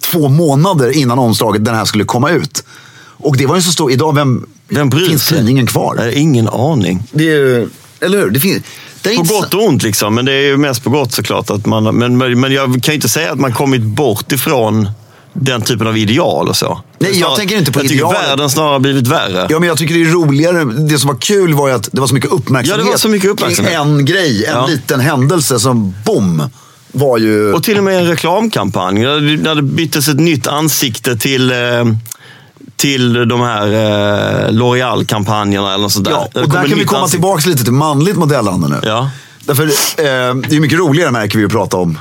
[SPEAKER 2] två månader innan omslaget den här skulle komma ut. Och det var ju så stor... Idag, vem...
[SPEAKER 3] Vem bryr
[SPEAKER 2] finns
[SPEAKER 3] sig?
[SPEAKER 2] tidningen kvar?
[SPEAKER 3] Jag har ingen aning.
[SPEAKER 2] Det är ju... Eller hur? Det finns... Det är
[SPEAKER 3] På
[SPEAKER 2] inte så-
[SPEAKER 3] gott och ont, liksom. men det är ju mest på gott såklart. Att man, men, men men jag kan ju inte säga att man kommit bort ifrån den typen av ideal och så.
[SPEAKER 2] Nej, jag
[SPEAKER 3] Snarare-
[SPEAKER 2] tänker inte på
[SPEAKER 3] jag tycker
[SPEAKER 2] idealen.
[SPEAKER 3] världen snarare har blivit värre.
[SPEAKER 2] Ja, men jag tycker det är roligare. Det som var kul var ju att det var så mycket uppmärksamhet.
[SPEAKER 3] Ja, det var så mycket
[SPEAKER 2] kring
[SPEAKER 3] uppmärksamhet.
[SPEAKER 2] En grej, en
[SPEAKER 3] Ja.
[SPEAKER 2] liten händelse som boom, var ju...
[SPEAKER 3] Och till och med en reklamkampanj. När det- När det byttes ett nytt ansikte till, eh, till de här eh, L'Oreal-kampanjerna eller något sånt där.
[SPEAKER 2] ja,
[SPEAKER 3] Det
[SPEAKER 2] och
[SPEAKER 3] kom
[SPEAKER 2] där
[SPEAKER 3] ett
[SPEAKER 2] kan vi
[SPEAKER 3] nytt
[SPEAKER 2] komma
[SPEAKER 3] ansikte.
[SPEAKER 2] tillbaka lite till manligt modellande nu.
[SPEAKER 3] Ja.
[SPEAKER 2] Därför, eh, det är mycket roligare märker vi att prata om.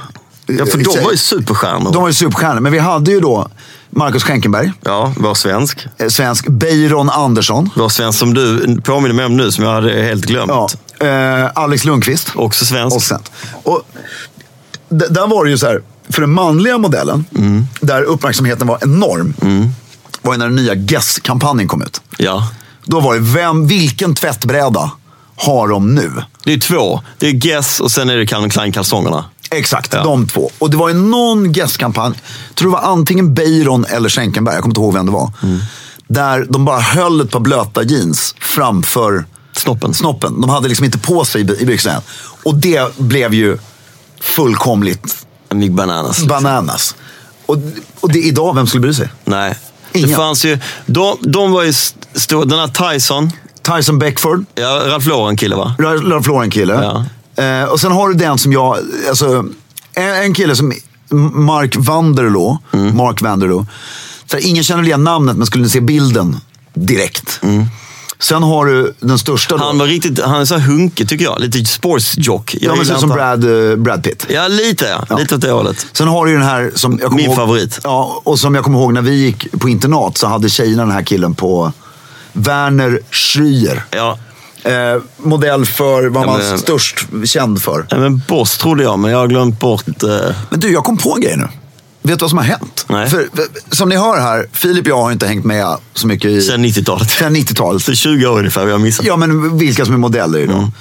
[SPEAKER 3] ja, för de var ju superstjärnor.
[SPEAKER 2] De var ju superstjärnor, men vi hade ju då Marcus Schenkenberg,
[SPEAKER 3] Ja, var svensk.
[SPEAKER 2] eh, svensk, Beiron Andersson,
[SPEAKER 3] Var svensk som du påminner mig om nu, som jag hade helt glömt.
[SPEAKER 2] ja, eh, Alex Lundqvist.
[SPEAKER 3] Också svensk.
[SPEAKER 2] Och sen. Och d- där var det ju så här, för den manliga modellen, där uppmärksamheten var enorm, var ju när den nya Guess-kampanjen kom ut.
[SPEAKER 3] Ja.
[SPEAKER 2] Då var det, vem, vilken tvättbräda har de nu?
[SPEAKER 3] Det är två. Det är Guess och sen är det Calvin Klein-kalsongerna.
[SPEAKER 2] Exakt,
[SPEAKER 3] Ja.
[SPEAKER 2] de två. Och det var ju någon Guess-kampanj, tror det var antingen Beiron eller Schenkenberg, jag kommer inte ihåg vem det var. Där de bara höll ett par blöta jeans framför
[SPEAKER 3] Snoppen.
[SPEAKER 2] snoppen. De hade liksom inte på sig i by- i byxorna än. Och det blev ju fullkomligt
[SPEAKER 3] Big Bananas.
[SPEAKER 2] Bananas. Och, och det är idag, vem skulle bry sig?
[SPEAKER 3] Nej. Det
[SPEAKER 2] Ingen.
[SPEAKER 3] fanns ju... De, de var ju st- stora. Den här Tyson.
[SPEAKER 2] Tyson Beckford,
[SPEAKER 3] Ja, Ralph Lauren kille va?
[SPEAKER 2] Ralph Lauren-kille.
[SPEAKER 3] Ja.
[SPEAKER 2] Eh, och sen har du den som jag, alltså, en, en kille som Mark Vanderlo,
[SPEAKER 3] Mm.
[SPEAKER 2] Mark Vanderlo. Så här, ingen känner igen namnet men skulle ni se bilden direkt. Sen har du den största då.
[SPEAKER 3] Mm. Han var riktigt, han är så här hunkig tycker jag. Lite sportsjock. Jag
[SPEAKER 2] ja, men ser
[SPEAKER 3] gillar
[SPEAKER 2] ut
[SPEAKER 3] inte
[SPEAKER 2] som
[SPEAKER 3] han.
[SPEAKER 2] Brad, eh, Brad Pitt.
[SPEAKER 3] Ja, lite ja.
[SPEAKER 2] Ja.
[SPEAKER 3] Lite åt det hållet.
[SPEAKER 2] Sen har du ju den här som jag kommer
[SPEAKER 3] Min
[SPEAKER 2] ihåg,
[SPEAKER 3] favorit.
[SPEAKER 2] Ja, och som jag kommer ihåg när vi gick på internat så hade tjejerna den här killen på Werner Schreier.
[SPEAKER 3] Ja.
[SPEAKER 2] Eh, modell för vad
[SPEAKER 3] Ja,
[SPEAKER 2] man
[SPEAKER 3] men-
[SPEAKER 2] störst känd för.
[SPEAKER 3] Nej, Men Boss trodde jag, men jag har glömt bort... Eh,
[SPEAKER 2] Men du, jag kom på en grej nu. Vet du vad som har hänt?
[SPEAKER 3] Nej.
[SPEAKER 2] För, för- som ni hör här, Filip och jag har inte hängt med så mycket i...
[SPEAKER 3] sen 90-talet.
[SPEAKER 2] Sen 90-talet.
[SPEAKER 3] Så 20 år ungefär vi har missat.
[SPEAKER 2] Ja, men vilka som är modeller idag.
[SPEAKER 3] Mm.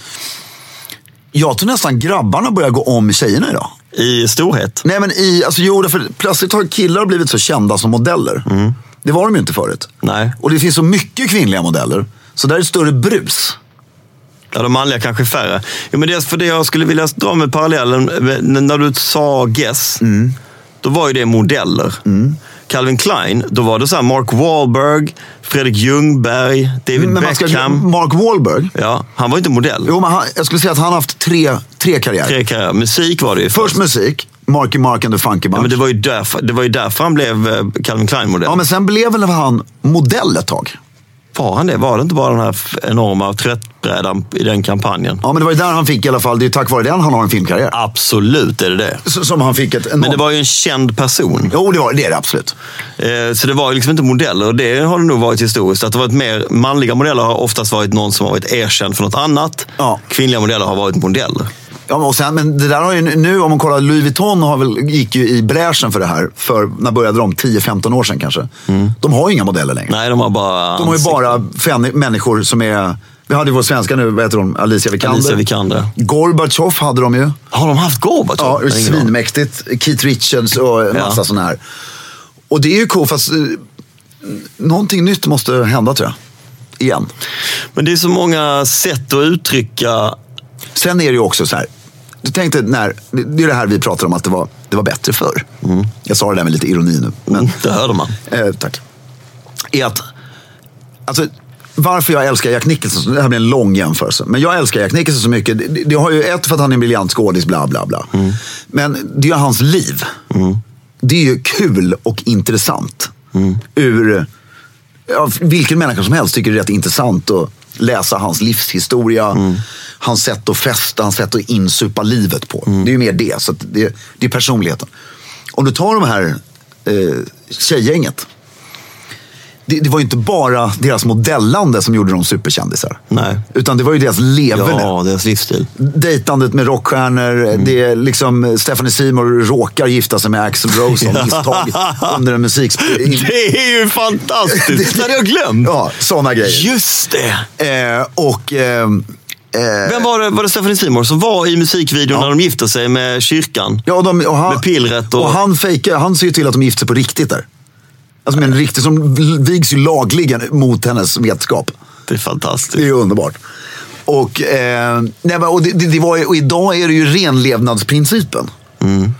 [SPEAKER 2] Jag tror nästan grabbarna börjar gå om tjejerna idag.
[SPEAKER 3] I storhet.
[SPEAKER 2] Nej men i, alltså jo, därför plötsligt har killar blivit så kända som modeller. Det var de ju inte förut.
[SPEAKER 3] Mm. Nej.
[SPEAKER 2] Och det finns så mycket kvinnliga modeller. Så där är det större brus.
[SPEAKER 3] Ja, de manliga kanske är färre. Jo, men det är för det jag skulle vilja dra med parallellen, med- när du sa Guess,
[SPEAKER 2] Mm.
[SPEAKER 3] då var ju det modeller. Calvin Klein, då var det så här Mark Wahlberg, Fredrik Ljungberg, David
[SPEAKER 2] Men man ska,
[SPEAKER 3] Beckham.
[SPEAKER 2] Mark Wahlberg.
[SPEAKER 3] Ja, han var inte modell.
[SPEAKER 2] Jo, men han, jag skulle säga att han har haft tre, tre karriärer.
[SPEAKER 3] Tre karriärer. Musik var det ju.
[SPEAKER 2] Först musik, Marky Mark and the Funky Bunch.
[SPEAKER 3] Ja, men det, var ju därför, det var ju därför han blev eh, Calvin Klein-modell.
[SPEAKER 2] sen blev väl han modell ett tag.
[SPEAKER 3] Var han det? Var det inte bara den här f- enorma tröttbrädan i den kampanjen?
[SPEAKER 2] Ja, men det var ju där han fick i alla fall. Det är ju tack vare den han har en filmkarriär.
[SPEAKER 3] Absolut är det det.
[SPEAKER 2] S- Som han fick ett enormt...
[SPEAKER 3] Men det var ju en känd person.
[SPEAKER 2] Jo, det var det, är det absolut.
[SPEAKER 3] Eh, Så det var ju liksom inte modeller och det har det nog varit historiskt. Att det varit mer, manliga modeller har oftast varit någon som har varit erkänd för något annat.
[SPEAKER 2] Ja.
[SPEAKER 3] Kvinnliga modeller har varit modeller.
[SPEAKER 2] Ja, men och sen, men det där har ju nu, om man kollar, Louis Vuitton har väl, gick ju i bräschen för det här. För, när började de? 10-15 år sedan kanske. De har ju inga modeller längre.
[SPEAKER 3] Mm. Nej, de har bara...
[SPEAKER 2] De har ju
[SPEAKER 3] ansikten.
[SPEAKER 2] bara fän- människor som är... Vi hade ju vår svenska nu, vad heter hon? Alicia Vikander.
[SPEAKER 3] Alicia Vikander.
[SPEAKER 2] Gorbatjov hade de ju.
[SPEAKER 3] Har de haft Gorbatjov?
[SPEAKER 2] Ja, det är
[SPEAKER 3] Jag har ingen aning.
[SPEAKER 2] svinmäktigt. Keith Richards och en massa
[SPEAKER 3] Ja.
[SPEAKER 2] sådana här. Och det är ju coolt, fast eh, någonting nytt måste hända tror jag. Igen.
[SPEAKER 3] Men det är så många sätt att uttrycka...
[SPEAKER 2] Sen är det ju också så här. Du tänkte när, det det är det här vi pratar om, att det var, det var bättre förr.
[SPEAKER 3] Mm.
[SPEAKER 2] Jag sa det där med lite ironi nu. Men,
[SPEAKER 3] Det hörde man.
[SPEAKER 2] Eh, tack. Är att, alltså, varför jag älskar Jack Nicholson, så- det här blir en lång jämförelse. Men jag älskar Jack Nicholson så mycket. Det, det har ju ett för att han är en briljant skådis, bla bla bla.
[SPEAKER 3] Mm.
[SPEAKER 2] Men det är ju hans liv. Det är ju kul och intressant. Ur, ja, vilken människa som helst tycker det är rätt intressant att läsa hans livshistoria. Hans sätt att festa, hans sätt att insupa livet på.
[SPEAKER 3] Mm.
[SPEAKER 2] Det är ju mer det. Så att det, det är personligheten. Om du tar de här eh, tjejgänget. Det, det var ju inte bara deras modellande som gjorde dem superkändisar.
[SPEAKER 3] Nej.
[SPEAKER 2] Utan det var ju deras leverne.
[SPEAKER 3] Ja, deras livsstil.
[SPEAKER 2] Dejtandet med rockstjärnor.
[SPEAKER 3] Mm.
[SPEAKER 2] Det är liksom Stephanie Seymour råkar gifta sig med Axl Rose av misstag under en musikspelning.
[SPEAKER 3] Det är ju fantastiskt! Det hade jag glömt.
[SPEAKER 2] Ja, sådana grejer.
[SPEAKER 3] Just det!
[SPEAKER 2] Eh, och... ehm, eh,
[SPEAKER 3] Vem var det? Var det Stephanie Seymour som var i musikvideon när de gifte sig med kyrkan?
[SPEAKER 2] Ja, de, och han,
[SPEAKER 3] Med pillret och-
[SPEAKER 2] och han fejkar, han ser ju till att de gifter sig på riktigt där. Alltså med en riktig som vigs ju lagligen mot hennes vetskap.
[SPEAKER 3] Det är
[SPEAKER 2] Det är
[SPEAKER 3] fantastiskt.
[SPEAKER 2] ju underbart. Och, eh, nej, men, och, det, det det var, ju- och idag är det ju renlevnadsprincipen.
[SPEAKER 3] Mm.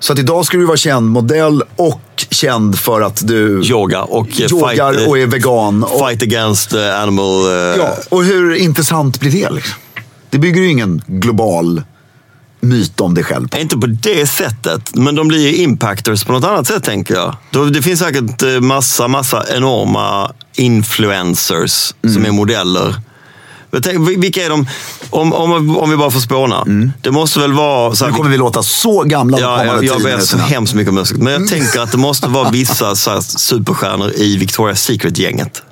[SPEAKER 2] Så att idag ska du vara känd modell och känd för att du
[SPEAKER 3] Yoga och eh,
[SPEAKER 2] yogar
[SPEAKER 3] fight, eh,
[SPEAKER 2] och är vegan. Och,
[SPEAKER 3] Fight against eh, animal... eh,
[SPEAKER 2] ja, och hur intressant blir det? Liksom? Det bygger ju ingen global myt om dig själv. på.
[SPEAKER 3] Inte på det sättet, men de blir ju impactors på något annat sätt tänker jag. Då- Det finns säkert eh, massa, massa enorma influencers
[SPEAKER 2] Mm.
[SPEAKER 3] som är modeller. Men tänk, vil- vilka är de? Om, om, om vi bara får spåna. Det måste väl vara... Så här,
[SPEAKER 2] Mm. Nu kommer vi låta så gamla de
[SPEAKER 3] Ja, jag,
[SPEAKER 2] kommande
[SPEAKER 3] jag
[SPEAKER 2] tio
[SPEAKER 3] vet så
[SPEAKER 2] minuterna.
[SPEAKER 3] hemskt mycket om musik. Men
[SPEAKER 2] Mm.
[SPEAKER 3] jag tänker att det måste vara vissa så här, superstjärnor i Victoria's Secret-gänget.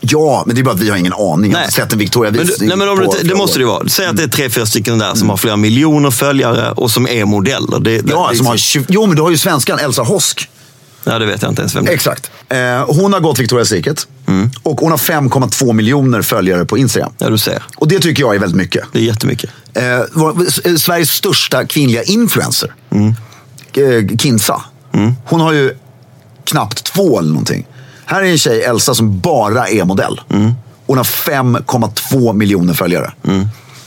[SPEAKER 2] Ja, men det är bara att vi har ingen aning. Jag har
[SPEAKER 3] Nej.
[SPEAKER 2] inte sett en Victoria
[SPEAKER 3] Men, du-
[SPEAKER 2] Visning
[SPEAKER 3] nej, men om
[SPEAKER 2] på
[SPEAKER 3] du, det
[SPEAKER 2] flera
[SPEAKER 3] måste
[SPEAKER 2] år. Mm.
[SPEAKER 3] det ju vara. Säg att det är tre, fyra stycken där som har flera miljoner följare och som är modeller. Det, det,
[SPEAKER 2] Ja,
[SPEAKER 3] det,
[SPEAKER 2] som har 20, jo, men du har ju svenskan Elsa Hosk.
[SPEAKER 3] Nej, det vet jag inte ens vem det är.
[SPEAKER 2] Exakt. Eh, hon har gått Victoria's Secret. mm. Och hon har 5,2 miljoner följare på Instagram.
[SPEAKER 3] Ja, du ser.
[SPEAKER 2] Och det tycker jag är väldigt mycket.
[SPEAKER 3] Det är jättemycket.
[SPEAKER 2] Eh, var- S- eh, Sveriges största kvinnliga influencer. Eh, Kinsa. Hon har ju knappt två eller någonting. Här är en tjej, Elsa, som bara är modell. Hon har 5,2 miljoner följare.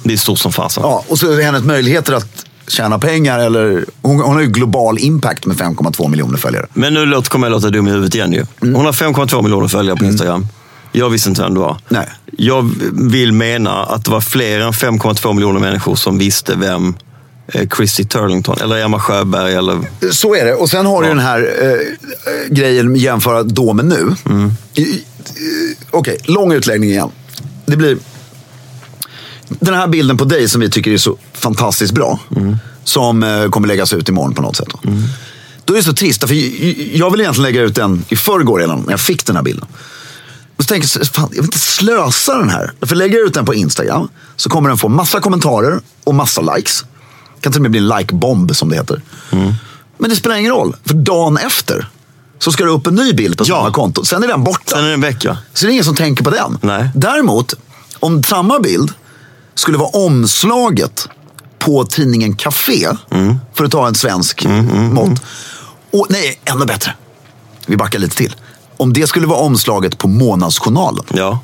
[SPEAKER 3] Det är stort som fasen.
[SPEAKER 2] Ja, och så är hennes möjligheter att tjäna pengar. Eller, hon, hon har ju global impact med 5,2 miljoner följare. Mm.
[SPEAKER 3] Men nu låter, kommer jag låta dum i huvudet igen ju. Hon har 5,2 miljoner följare på Instagram. Jag visste inte vem det var.
[SPEAKER 2] Nej.
[SPEAKER 3] Jag vill mena att det var fler än 5,2 miljoner människor som visste vem eh, Chrissy Turlington eller Emma Sjöberg eller...
[SPEAKER 2] Så är det. Och sen har du den här eh, eh, grejen med jämföra då med nu. I- i- eh, Okej, lång utläggning igen. Det blir den här bilden på dig som vi tycker är så fantastiskt bra. Som eh, kommer läggas ut imorgon på något sätt. Då, då är det så trist. För jag ville egentligen lägga ut den i förrgår redan när jag fick den här bilden. Och så tänker jag, så- fan, jag vill inte slösa den här. För lägger jag ut den på Instagram så kommer den få massa kommentarer och massa likes. Kan till och med bli en like-bomb som det heter. Men det spelar ingen roll, för dagen efter så ska det upp en ny bild på samma konto. Sen är den borta.
[SPEAKER 3] Sen är det en vecka.
[SPEAKER 2] Så det är ingen som tänker på den.
[SPEAKER 3] Nej.
[SPEAKER 2] Däremot, om samma bild skulle vara omslaget på tidningen Café, för att ta en svensk mått. Och, nej, ännu bättre. Vi backar lite till. Om det skulle vara omslaget på Månadsjournalen,
[SPEAKER 3] Ja,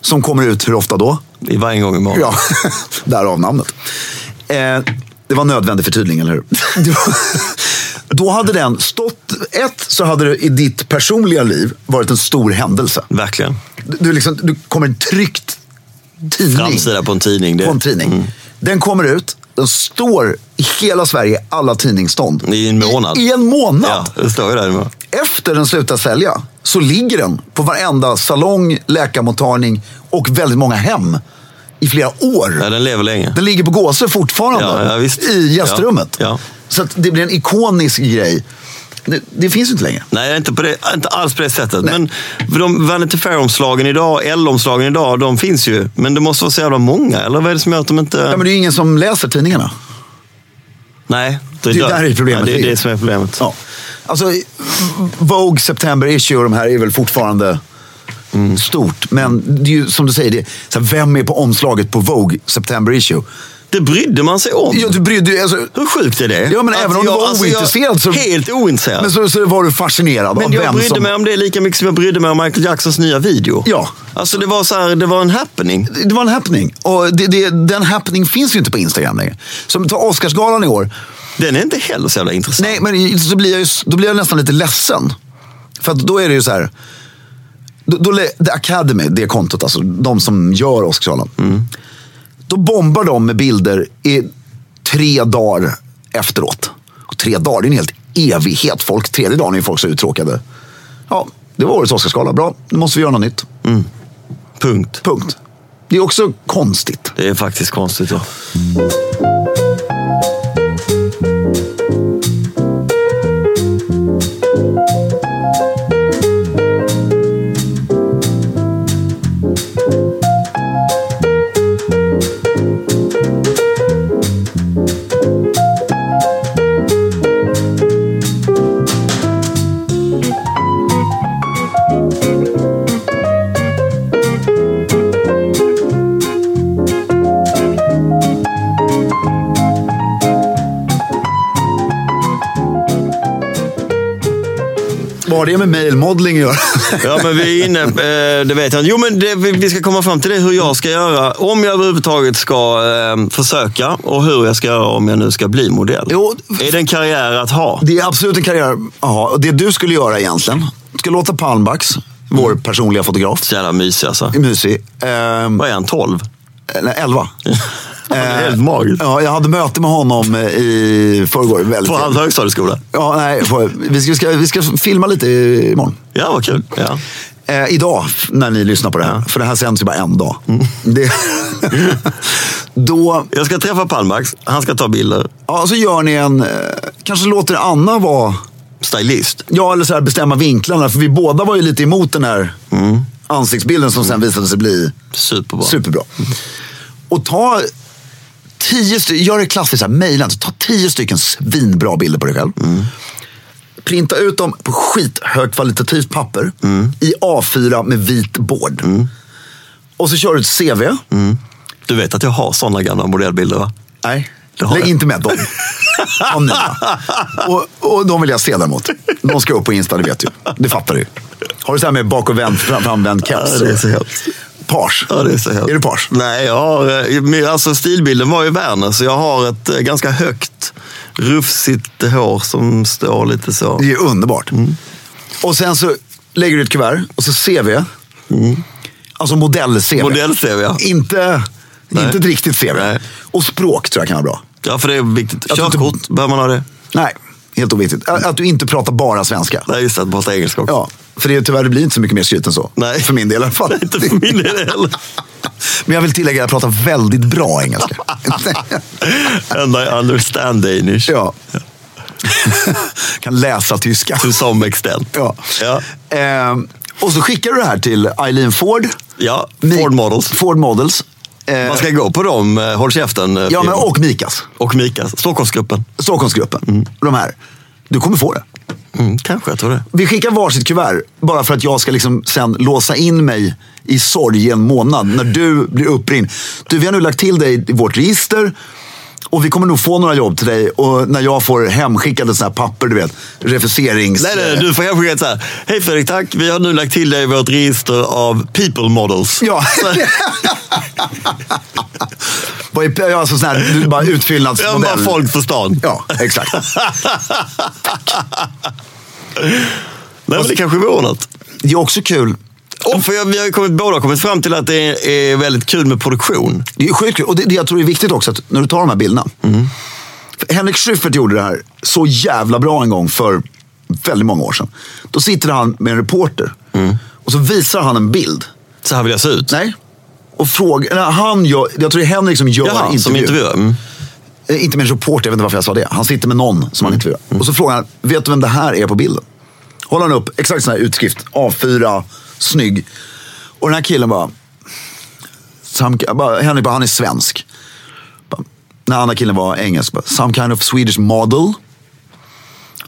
[SPEAKER 2] som kommer ut hur ofta då?
[SPEAKER 3] i varje gång imorgon.
[SPEAKER 2] Ja, därav namnet. Eh, det var nödvändigt förtydligning, eller hur? Det var- Då hade den stått... Ett, så hade det i ditt personliga liv varit en stor händelse.
[SPEAKER 3] Verkligen.
[SPEAKER 2] Du, du, liksom, du kommer en tryckt tidning.
[SPEAKER 3] Framsida på en tidning. Det, Mm.
[SPEAKER 2] På en tidning. Den kommer ut. Den står i hela Sverige, alla tidningsstånd.
[SPEAKER 3] I en månad.
[SPEAKER 2] I, i en
[SPEAKER 3] Ja,
[SPEAKER 2] månad.
[SPEAKER 3] det står ju där. imorgon.
[SPEAKER 2] Efter den slutar sälja så ligger den på varenda salong, läkarmottagning och väldigt många hem i flera år.
[SPEAKER 3] Ja, den lever länge.
[SPEAKER 2] Den ligger på Gåse fortfarande
[SPEAKER 3] Ja, ja, visst.
[SPEAKER 2] i gästrummet.
[SPEAKER 3] Ja, ja.
[SPEAKER 2] Så att det blir en ikonisk grej. Det, det finns ju inte längre.
[SPEAKER 3] Nej, inte, på det, inte alls på det sättet. Men de Vanity Fair-omslagen idag, L-omslagen idag, de finns ju. Men det måste vara så jävla många, eller vad är det som gör att de inte...
[SPEAKER 2] Ja, men det är ju ingen som läser tidningarna.
[SPEAKER 3] Nej, det,
[SPEAKER 2] Det är
[SPEAKER 3] dör.
[SPEAKER 2] där är problemet
[SPEAKER 3] Ja, det är
[SPEAKER 2] ligger.
[SPEAKER 3] det som är problemet.
[SPEAKER 2] Ja. Alltså, Vogue, September Issue och de här är väl fortfarande stort. Men det är ju som du säger, det är, så här, vem är på omslaget på Vogue, September Issue?
[SPEAKER 3] Det brydde man sig om.
[SPEAKER 2] Ja, du brydde dig... Alltså,
[SPEAKER 3] Hur sjukt är det?
[SPEAKER 2] Ja, men
[SPEAKER 3] Att
[SPEAKER 2] även om du var
[SPEAKER 3] jag-
[SPEAKER 2] ointresserad så-
[SPEAKER 3] Helt ointresserad.
[SPEAKER 2] men
[SPEAKER 3] Men,
[SPEAKER 2] så, så var du fascinerad av
[SPEAKER 3] jag
[SPEAKER 2] vem
[SPEAKER 3] brydde
[SPEAKER 2] som...
[SPEAKER 3] mig om det lika mycket som jag brydde mig om Michael Jacksons nya video.
[SPEAKER 2] Ja.
[SPEAKER 3] Alltså det var så här, det var en happening.
[SPEAKER 2] det var en happening. Och det, det, den happening finns ju inte på Instagram längre. Som ta Oscarsgalan i år.
[SPEAKER 3] Den är inte heller så jävla intressant.
[SPEAKER 2] Nej, men i- så blir jag, ju, då blir jag nästan lite ledsen. För att då är det ju så här. Då, då, lä- The Academy, det kontot alltså. De som gör Oscarsgalan. Då bombar de med bilder i tre dagar efteråt. Och tre dagar, det är en helt evighet. Folk, tredje dagen är ju folk så uttråkade. Ja, det var årets Oscarsgala. Bra, nu måste vi göra något nytt.
[SPEAKER 3] Punkt.
[SPEAKER 2] Punkt. Det är också konstigt.
[SPEAKER 3] Det är faktiskt konstigt. Ja.
[SPEAKER 2] Vad har det med mailmodeling att göra?
[SPEAKER 3] Ja, men vi är inne, eh, det vet jag inte. Jo, men det, vi vi ska komma fram till det, hur jag ska göra. Om jag överhuvudtaget ska eh, försöka och hur jag ska göra om jag nu ska bli modell.
[SPEAKER 2] Jo.
[SPEAKER 3] Är det en karriär att ha?
[SPEAKER 2] Det är absolut en karriär. Jaha, och det du skulle göra egentligen. Du skulle låta Palmbacks, vår
[SPEAKER 3] Mm.
[SPEAKER 2] personliga fotograf,
[SPEAKER 3] Så jävla mysig alltså.
[SPEAKER 2] mysig. Ehm, eh,
[SPEAKER 3] Vad är han, 12?
[SPEAKER 2] nej, elva. Eh,
[SPEAKER 3] det är helt magiskt.
[SPEAKER 2] Ja, jag hade möte med honom eh, i förrgår. Väldigt
[SPEAKER 3] På hans
[SPEAKER 2] trevligt.
[SPEAKER 3] högstadieskola?
[SPEAKER 2] Ja, nej, på- vi, ska, vi, ska, vi ska filma lite i- imorgon.
[SPEAKER 3] Ja, vad kul. Ja.
[SPEAKER 2] Eh, idag, f- när ni lyssnar på det här. För det här sänds ju bara en dag.
[SPEAKER 3] Mm.
[SPEAKER 2] Det, då
[SPEAKER 3] Jag ska träffa Palmax, han ska ta bilder.
[SPEAKER 2] ja, så gör ni en... eh, Kanske låter Anna vara...
[SPEAKER 3] Stylist.
[SPEAKER 2] Ja, eller så här bestämma vinklarna. För vi båda var ju lite emot den här ansiktsbilden som sen visade sig bli
[SPEAKER 3] Superbra.
[SPEAKER 2] superbra. Och ta tio stycken, gör det klassiskt, så här, mejla inte. Ta tio stycken svinbra bilder på dig själv. Printa ut dem på skithögkvalitativt papper i A4 med vit board. Och så kör du ett CV.
[SPEAKER 3] Du vet att jag har sådana gamla modellbilder va?
[SPEAKER 2] Nej,
[SPEAKER 3] Det har
[SPEAKER 2] lägg
[SPEAKER 3] jag.
[SPEAKER 2] inte med dem. Av mina. och, och de vill jag se däremot. De ska upp på Insta, det vet du. Det fattar du Har du så här med bak och vänd, fram, framvänd keps?
[SPEAKER 3] Ja, det är så hemskt.
[SPEAKER 2] Pars.
[SPEAKER 3] Ja, det är så hemskt.
[SPEAKER 2] Är du pars?
[SPEAKER 3] Nej, jag har, eh, men alltså stilbilden var ju Werner, så jag har ett eh, ganska högt, rufsigt hår som står lite så. Mm.
[SPEAKER 2] Det är underbart. Och sen så lägger du ett kuvert och så CV.
[SPEAKER 3] Mm.
[SPEAKER 2] Alltså modell-CV.
[SPEAKER 3] Modell-CV, ja.
[SPEAKER 2] Inte,
[SPEAKER 3] Nej.
[SPEAKER 2] inte ett riktigt CV.
[SPEAKER 3] Nej.
[SPEAKER 2] Och språk tror jag kan vara bra.
[SPEAKER 3] Ja, för det är viktigt.
[SPEAKER 2] Jag tror inte-
[SPEAKER 3] Körkort, behöver man ha det?
[SPEAKER 2] Nej, helt oviktigt. Att att du inte pratar bara svenska.
[SPEAKER 3] Nej, just det. Att prata engelska också.
[SPEAKER 2] Ja, för det, är- tyvärr det blir inte så mycket mer skryt än så.
[SPEAKER 3] Nej.
[SPEAKER 2] För min del i alla fall.
[SPEAKER 3] Inte för min del heller.
[SPEAKER 2] Men jag vill tillägga att jag pratar väldigt bra engelska.
[SPEAKER 3] And I understand Danish.
[SPEAKER 2] ja. kan läsa tyska.
[SPEAKER 3] To some extent.
[SPEAKER 2] Ja.
[SPEAKER 3] Ja.
[SPEAKER 2] Ehm, och så skickar du det här till Eileen Ford.
[SPEAKER 3] Ja,
[SPEAKER 2] Mi-
[SPEAKER 3] Ford Models.
[SPEAKER 2] Ford Models. Ehm,
[SPEAKER 3] Man ska gå på dem, eh, håll käften. eh,
[SPEAKER 2] ja, men,
[SPEAKER 3] filmen.
[SPEAKER 2] och Mikas.
[SPEAKER 3] och Mika, Stockholmsgruppen.
[SPEAKER 2] Stockholmsgruppen. De här. Du kommer få det.
[SPEAKER 3] Mm, kanske, jag tror det.
[SPEAKER 2] Vi skickar varsitt kuvert bara för att jag ska liksom sen låsa in mig i sorg i en månad när du blir uppringd. Du, vi har nu lagt till dig i vårt register och vi kommer nog få några jobb till dig. Och när jag får hemskickade sådana här papper, du vet, refuserings...
[SPEAKER 3] Nej, nej, du får kanske säga så här. Hej Fredrik, tack. Vi har nu lagt till dig i vårt register av People Models.
[SPEAKER 2] Ja. Vad är- ja, alltså sån här, du bara
[SPEAKER 3] Ja, men
[SPEAKER 2] utfyllnadsmodell.
[SPEAKER 3] bara folk på stan.
[SPEAKER 2] Ja, exakt.
[SPEAKER 3] Nej, men det kanske vore något.
[SPEAKER 2] Det är också kul.
[SPEAKER 3] Och för jag, vi har ju kommit, båda har kommit fram till att det är, är väldigt kul med produktion.
[SPEAKER 2] Det är ju sjukt kul. Och det, det jag tror är viktigt också, att när du tar de här bilderna. För Henrik Schyffert gjorde det här så jävla bra en gång för väldigt många år sedan. Då sitter han med en reporter och så visar han en bild.
[SPEAKER 3] Så här vill jag se ut.
[SPEAKER 2] Nej. Och frågar, nej, han gör, jag tror det är Henrik som gör
[SPEAKER 3] Jaha,
[SPEAKER 2] intervjun.
[SPEAKER 3] som intervjuare. Mm.
[SPEAKER 2] Eh, inte med en reporter, jag vet inte varför jag sa det. Han sitter med någon som han intervjuar. Och så frågar han, vet du vem det här är på bilden? Håller han upp exakt sån här utskrift, A4, snygg. Och den här killen bara, some, ki- bara Henrik bara, han är svensk. Bara, Den andra killen var engelsk, bara, some kind of Swedish model.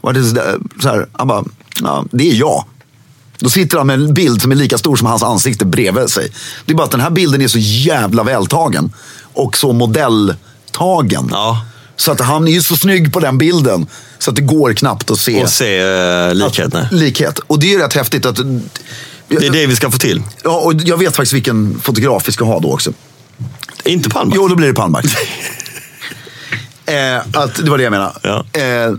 [SPEAKER 2] What is that? Så här, han bara, ja, det är jag. Då sitter han med en bild som är lika stor som hans ansikte bredvid sig. Det är bara att den här bilden är så jävla vältagen. Och så modelltagen.
[SPEAKER 3] Ja.
[SPEAKER 2] Så att han är ju så snygg på den bilden. Så att det går knappt att se
[SPEAKER 3] Och se uh, likheterna.
[SPEAKER 2] likhet. Och det är ju rätt häftigt att...
[SPEAKER 3] Det är det vi ska få till.
[SPEAKER 2] Ja, och jag vet faktiskt vilken fotograf vi ska ha då också.
[SPEAKER 3] Inte Palma.
[SPEAKER 2] Jo, då blir det Palmark. eh, att, det var det jag menade.
[SPEAKER 3] Ja.
[SPEAKER 2] Eh,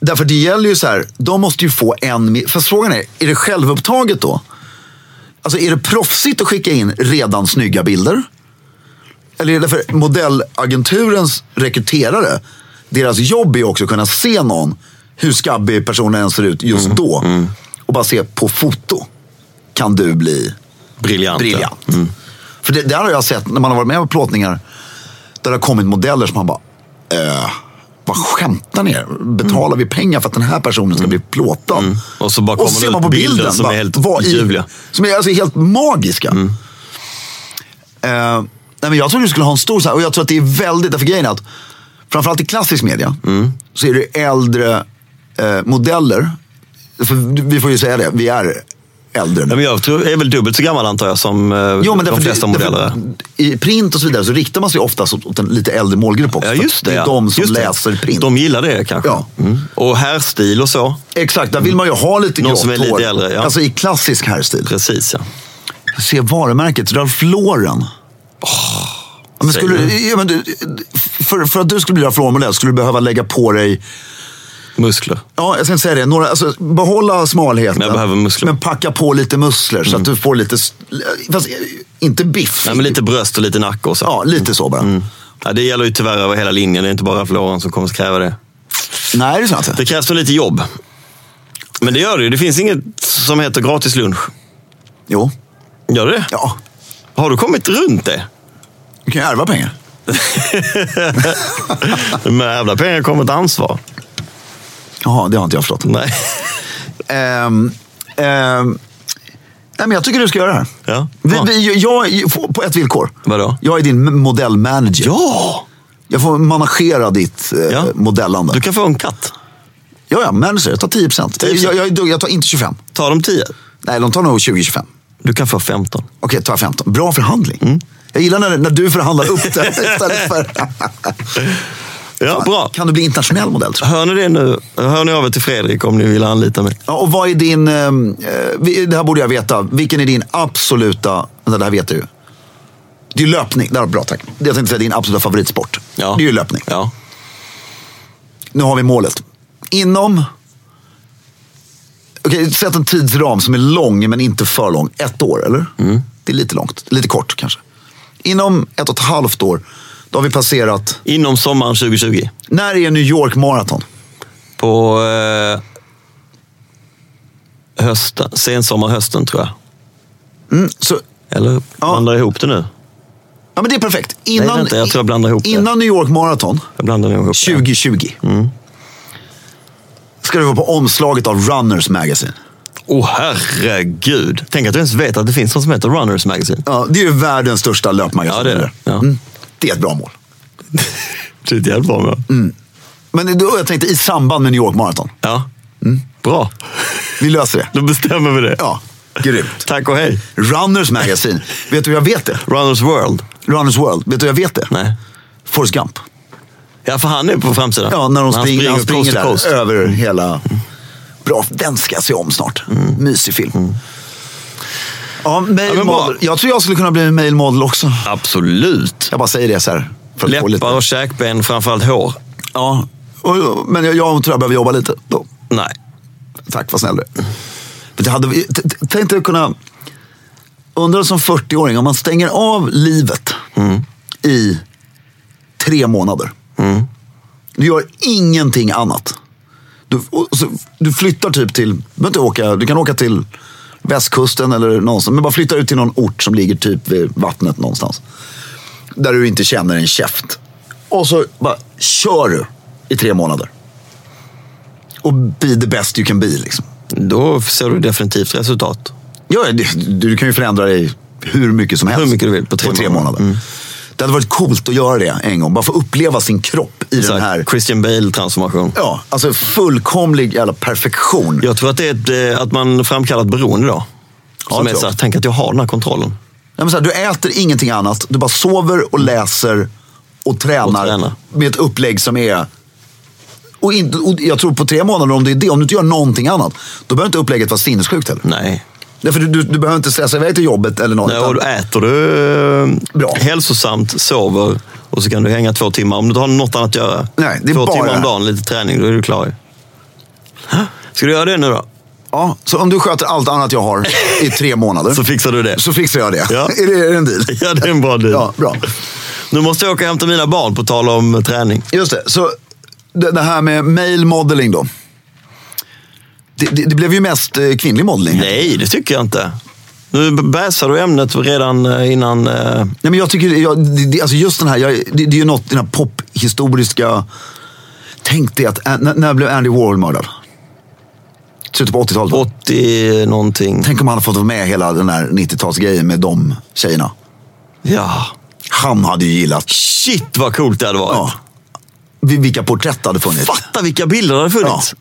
[SPEAKER 2] därför det gäller ju så här, de måste ju få en... mi- Fast frågan är, är det självupptaget då? Alltså är det proffsigt att skicka in redan snygga bilder? Eller är det för modellagenturens rekryterare, deras jobb är ju också att kunna se någon, hur skabbig personen än ser ut just då. Och bara se på foto, kan du bli
[SPEAKER 3] Briljant. ja. Mm.
[SPEAKER 2] briljant. För det, det här har jag sett när man har varit med på plåtningar. Där det har kommit modeller som man bara, eh, vad skämtar ni? Betalar vi pengar för att den här personen ska bli plåtad?
[SPEAKER 3] Mm. Och så bara kommer det
[SPEAKER 2] ser
[SPEAKER 3] ut
[SPEAKER 2] man på
[SPEAKER 3] bilder
[SPEAKER 2] bilden,
[SPEAKER 3] som
[SPEAKER 2] bara,
[SPEAKER 3] är helt
[SPEAKER 2] vad i-
[SPEAKER 3] ljuvliga. Mm.
[SPEAKER 2] Som är alltså helt magiska. Eh, nej men jag tror du skulle ha en stor så här, och jag tror att det är väldigt, därför grejen är att framförallt i klassisk media
[SPEAKER 3] Mm.
[SPEAKER 2] så är det äldre eh, modeller. För vi får ju säga det, vi är äldre nu.
[SPEAKER 3] Ja, men jag tror, är väl dubbelt så gammal antar jag som eh,
[SPEAKER 2] Jo, men
[SPEAKER 3] de
[SPEAKER 2] därför,
[SPEAKER 3] flesta
[SPEAKER 2] därför-
[SPEAKER 3] modeller. är.
[SPEAKER 2] I print och så vidare så riktar man sig oftast åt åt en lite äldre målgrupp också.
[SPEAKER 3] Ja, just det.
[SPEAKER 2] är
[SPEAKER 3] ja.
[SPEAKER 2] de som
[SPEAKER 3] just det.
[SPEAKER 2] läser print.
[SPEAKER 3] De gillar det kanske.
[SPEAKER 2] Ja.
[SPEAKER 3] Mm. Och härstil och så.
[SPEAKER 2] Exakt, där vill man ju ha lite
[SPEAKER 3] Någon
[SPEAKER 2] grått
[SPEAKER 3] som är lite
[SPEAKER 2] hår.
[SPEAKER 3] äldre, ja.
[SPEAKER 2] Alltså i klassisk herrstil.
[SPEAKER 3] Precis ja.
[SPEAKER 2] Se varumärket, Ralph Lauren. Ja, men
[SPEAKER 3] säg
[SPEAKER 2] skulle,
[SPEAKER 3] det.
[SPEAKER 2] ja, men du, för, för att du skulle bli Ralph Lauren-modell skulle du behöva lägga på dig,
[SPEAKER 3] Muskler.
[SPEAKER 2] ja jag ska inte säga det, några, alltså, behålla smalheten.
[SPEAKER 3] Men jag behöver muskler.
[SPEAKER 2] Men packa på lite muskler så att du får lite, s- fast eh, inte biff.
[SPEAKER 3] Nej, Mm. men lite bröst och lite nacke och så.
[SPEAKER 2] Ja, lite så bara.
[SPEAKER 3] Ja, det gäller ju tyvärr över hela linjen. Det är inte bara Ralph Lauren som kommer att kräva det.
[SPEAKER 2] Nej, det är sant.
[SPEAKER 3] Det krävs nog lite jobb. Men det gör det ju. Det finns inget som heter gratis lunch.
[SPEAKER 2] Jo,
[SPEAKER 3] Gör det
[SPEAKER 2] ja.
[SPEAKER 3] Har du kommit runt det?
[SPEAKER 2] Du kan ju ärva pengar.
[SPEAKER 3] Med jävla pengar kommer ett ansvar.
[SPEAKER 2] Jaha, det har inte jag förstått.
[SPEAKER 3] Nej.
[SPEAKER 2] Ehm, ehm, nej, men jag tycker du ska göra det här.
[SPEAKER 3] Ja.
[SPEAKER 2] Vi,
[SPEAKER 3] Ja.
[SPEAKER 2] vi, jag, på ett villkor.
[SPEAKER 3] Vadå?
[SPEAKER 2] Jag är din modellmanager.
[SPEAKER 3] Ja!
[SPEAKER 2] Jag får managera ditt eh,
[SPEAKER 3] Ja.
[SPEAKER 2] modellande.
[SPEAKER 3] Du kan få en katt.
[SPEAKER 2] Ja, ja, manager. Jag tar 10 procent.
[SPEAKER 3] 10%.
[SPEAKER 2] Jag, jag, är dugg- jag tar inte 25.
[SPEAKER 3] Ta de tio.
[SPEAKER 2] Nej, de tar nog 20-25.
[SPEAKER 3] Du kan få 15.
[SPEAKER 2] Okej, tar jag 15. Bra förhandling.
[SPEAKER 3] Mm.
[SPEAKER 2] Jag gillar när, när du förhandlar upp det istället för...
[SPEAKER 3] Ja, bra.
[SPEAKER 2] Kan du bli internationell modell, tror jag?
[SPEAKER 3] Hör ni det nu? Hör ni av er till Fredrik om ni vill anlita mig.
[SPEAKER 2] Ja, och vad är din... ehm, Eh, vi- det här borde jag veta. Vilken är din absoluta... Vänta, det här vet du ju. Det är ju löpning. Där, bra, tack. Det jag tänkte säga din absoluta favoritsport.
[SPEAKER 3] Ja.
[SPEAKER 2] Det är ju löpning.
[SPEAKER 3] Ja.
[SPEAKER 2] Nu har vi målet. Inom Okej, sätt en tidsram som är lång men inte för lång. Ett år, eller?
[SPEAKER 3] Mm.
[SPEAKER 2] Det är lite långt. Lite kort kanske. Inom ett och ett halvt år, då har vi passerat...
[SPEAKER 3] Inom sommaren 2020.
[SPEAKER 2] När är New York Marathon?
[SPEAKER 3] På eh, hösten, sensommar, hösten tror jag.
[SPEAKER 2] Mm, Så,
[SPEAKER 3] Eller
[SPEAKER 2] Ja.
[SPEAKER 3] blandar jag ihop det nu?
[SPEAKER 2] ja, men det är perfekt. Innan,
[SPEAKER 3] vänta, jag tror jag blandar ihop det.
[SPEAKER 2] Innan New York Marathon,
[SPEAKER 3] Jag blandar nog ihop det.
[SPEAKER 2] 2020.
[SPEAKER 3] Mm.
[SPEAKER 2] Ska du vara på omslaget av Runners Magazine.
[SPEAKER 3] Åh herregud! Tänk att du ens vet att det finns något som heter Runners Magazine.
[SPEAKER 2] Ja, det är ju världens största löpmagasin. Mm.
[SPEAKER 3] Ja, det är det. Ja.
[SPEAKER 2] det är ett bra mål.
[SPEAKER 3] Det är ett jävla bra mål.
[SPEAKER 2] Mm. Men då, jag tänkte i samband med New York Marathon.
[SPEAKER 3] Ja. Bra.
[SPEAKER 2] Vi löser det.
[SPEAKER 3] Då bestämmer vi det.
[SPEAKER 2] Mm. Ja, grymt.
[SPEAKER 3] Tack och hej.
[SPEAKER 2] Runners Magazine. Vet du hur jag vet det?
[SPEAKER 3] Runners World.
[SPEAKER 2] Runners World. Vet du hur jag vet det?
[SPEAKER 3] Nej.
[SPEAKER 2] Forrest Gump.
[SPEAKER 3] Ja, för han är på framsidan.
[SPEAKER 2] Ja, när de
[SPEAKER 3] han
[SPEAKER 2] springer, han springer
[SPEAKER 3] coast to
[SPEAKER 2] där
[SPEAKER 3] coast.
[SPEAKER 2] över hela... Bra, den ska jag se om snart. Mysig film. Ja, male
[SPEAKER 3] Ja, men bra.
[SPEAKER 2] model. Jag tror jag skulle kunna bli en male model också.
[SPEAKER 3] Absolut.
[SPEAKER 2] Jag bara säger det så här. För att få lite.
[SPEAKER 3] Läppar och käkben, framförallt hår.
[SPEAKER 2] Ja, och, men jag, jag tror jag behöver jobba lite. Då.
[SPEAKER 3] Nej.
[SPEAKER 2] Tack, vad snäll du är. Men det hade vi- t- t- Tänk dig att kunna... Undrar som 40-åring, om man stänger av livet i tre månader. Du gör ingenting annat. Du, och, så, du flyttar typ till... Du, behöver inte åka, du kan åka till västkusten eller någonstans. Men bara flyttar ut till någon ort som ligger typ vid vattnet någonstans. Där du inte känner en käft. Och så bara kör du i tre månader. Och be the best you can be. Liksom.
[SPEAKER 3] Då ser du definitivt resultat.
[SPEAKER 2] Ja, du, du kan ju förändra dig hur mycket som helst.
[SPEAKER 3] Hur mycket du vill på tre månader. Mm.
[SPEAKER 2] månader. Det hade varit coolt att göra det en gång. Bara få uppleva sin kropp i
[SPEAKER 3] Så
[SPEAKER 2] den
[SPEAKER 3] här,
[SPEAKER 2] här
[SPEAKER 3] Christian Bale-transformation.
[SPEAKER 2] ja, alltså fullkomlig jävla perfektion.
[SPEAKER 3] Jag tror att, det är ett, eh, att man framkallar ett beroende då.
[SPEAKER 2] Ja, jag
[SPEAKER 3] Som är
[SPEAKER 2] tror
[SPEAKER 3] så här,
[SPEAKER 2] också.
[SPEAKER 3] tänk att jag har den här kontrollen.
[SPEAKER 2] Ja, men så här, du äter ingenting annat. Du bara sover och läser och tränar,
[SPEAKER 3] Och tränar.
[SPEAKER 2] med ett upplägg som är... Och, in, och jag tror på tre månader, om det är det, om du inte gör någonting annat, då behöver inte upplägget vara sinnessjukt heller.
[SPEAKER 3] Nej.
[SPEAKER 2] Därför du, du, du behöver inte stressa iväg till jobbet eller något.
[SPEAKER 3] Mm. Nej,
[SPEAKER 2] utan-
[SPEAKER 3] och då äter du eh,
[SPEAKER 2] Bra.
[SPEAKER 3] hälsosamt, sover och så kan du hänga två timmar. Om du inte har något annat att göra.
[SPEAKER 2] Nej, det är bara
[SPEAKER 3] två
[SPEAKER 2] det
[SPEAKER 3] timmar om
[SPEAKER 2] här.
[SPEAKER 3] dagen, lite träning, då är du klar. Hä? Ska du göra det nu då?
[SPEAKER 2] Ja, så om du sköter allt annat jag har i tre månader
[SPEAKER 3] Så
[SPEAKER 2] så,
[SPEAKER 3] fixar du det.
[SPEAKER 2] fixar jag det.
[SPEAKER 3] Ja.
[SPEAKER 2] är, det är det en deal?
[SPEAKER 3] Ja, det är en bra deal.
[SPEAKER 2] Ja, bra.
[SPEAKER 3] Nu måste jag åka och hämta mina barn, på tal om eh, träning.
[SPEAKER 2] Just det, så det, det här med male modeling då. Det, det, det blev ju mest eh, kvinnlig modeling.
[SPEAKER 3] Nej, det tycker jag inte. Nu bäsar du ämnet redan eh, innan... eh,
[SPEAKER 2] Nej, men jag tycker, jag, det, det, alltså just den här, jag, det, det är ju något, den här pophistoriska... Tänk dig att, ä- när, när blev Andy Warhol mördad? Slutet på 80-talet? va?
[SPEAKER 3] 80 någonting.
[SPEAKER 2] Tänk om han hade fått vara med hela den här 90-talsgrejen med de tjejerna.
[SPEAKER 3] Ja.
[SPEAKER 2] Han hade ju gillat.
[SPEAKER 3] Shit vad coolt det hade varit.
[SPEAKER 2] Ja. Vi- Vilka porträtt hade funnits?
[SPEAKER 3] Fatta vilka bilder det hade funnits.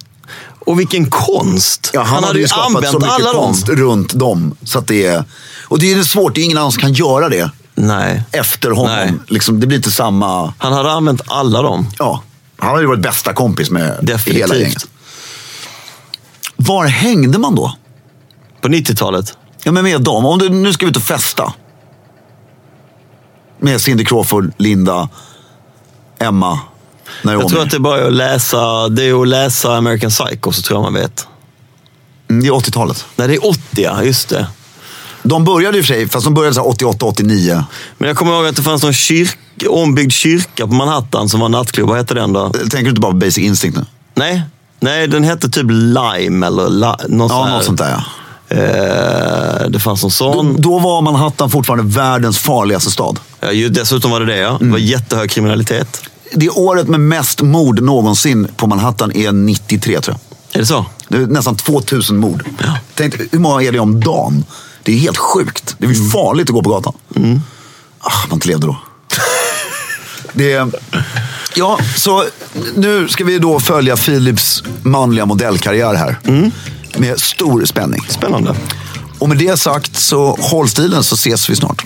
[SPEAKER 3] Och vilken konst.
[SPEAKER 2] Ja, han, hade ju skapat så mycket konst runt dem. Så att det är, och det är ju svårt, det är ingen annan som kan göra det
[SPEAKER 3] dem. Nej.
[SPEAKER 2] efter honom.
[SPEAKER 3] Nej.
[SPEAKER 2] Liksom, det blir inte samma...
[SPEAKER 3] Han hade använt alla dem.
[SPEAKER 2] Ja, han har ju varit bästa kompis med
[SPEAKER 3] Definitivt.
[SPEAKER 2] hela gänget. Var hängde man då?
[SPEAKER 3] På 90-talet.
[SPEAKER 2] Ja, men med dem. Om du, nu ska vi ut och festa. Med Cindy Crawford, Linda, Emma, Naomi.
[SPEAKER 3] Jag tror att det är bara att läsa, det är att läsa American Psycho så tror jag man vet.
[SPEAKER 2] Mm, det är 80-talet.
[SPEAKER 3] Nej, det är 80 ja, just det.
[SPEAKER 2] De började i och för sig, fast de började så här 88, 89.
[SPEAKER 3] Men jag kommer ihåg att det fanns någon kyrk, ombyggd kyrka på Manhattan som var en nattklubb. Vad hette den då?
[SPEAKER 2] Tänker du inte bara på Basic Instinct nu?
[SPEAKER 3] Nej, nej den hette typ Lime eller la, någon sån
[SPEAKER 2] Ja,
[SPEAKER 3] här.
[SPEAKER 2] något sånt där ja.
[SPEAKER 3] Eh, det fanns någon sån.
[SPEAKER 2] Då var Manhattan fortfarande världens farligaste stad.
[SPEAKER 3] Ja, ju, dessutom var det det ja. Det var
[SPEAKER 2] Mm.
[SPEAKER 3] jättehög kriminalitet.
[SPEAKER 2] Det året med mest mord någonsin på Manhattan är 93 tror jag.
[SPEAKER 3] Är det så?
[SPEAKER 2] Det är nästan 2000 mord.
[SPEAKER 3] Ja.
[SPEAKER 2] Tänk, hur många är det om dagen? Det är helt sjukt. Det är ju farligt att gå på gatan. Ah, man inte levde då. det, ja, så nu ska vi då följa Philips manliga modellkarriär här. Med stor spänning.
[SPEAKER 3] Spännande.
[SPEAKER 2] Och med det sagt så håll stilen så ses vi snart.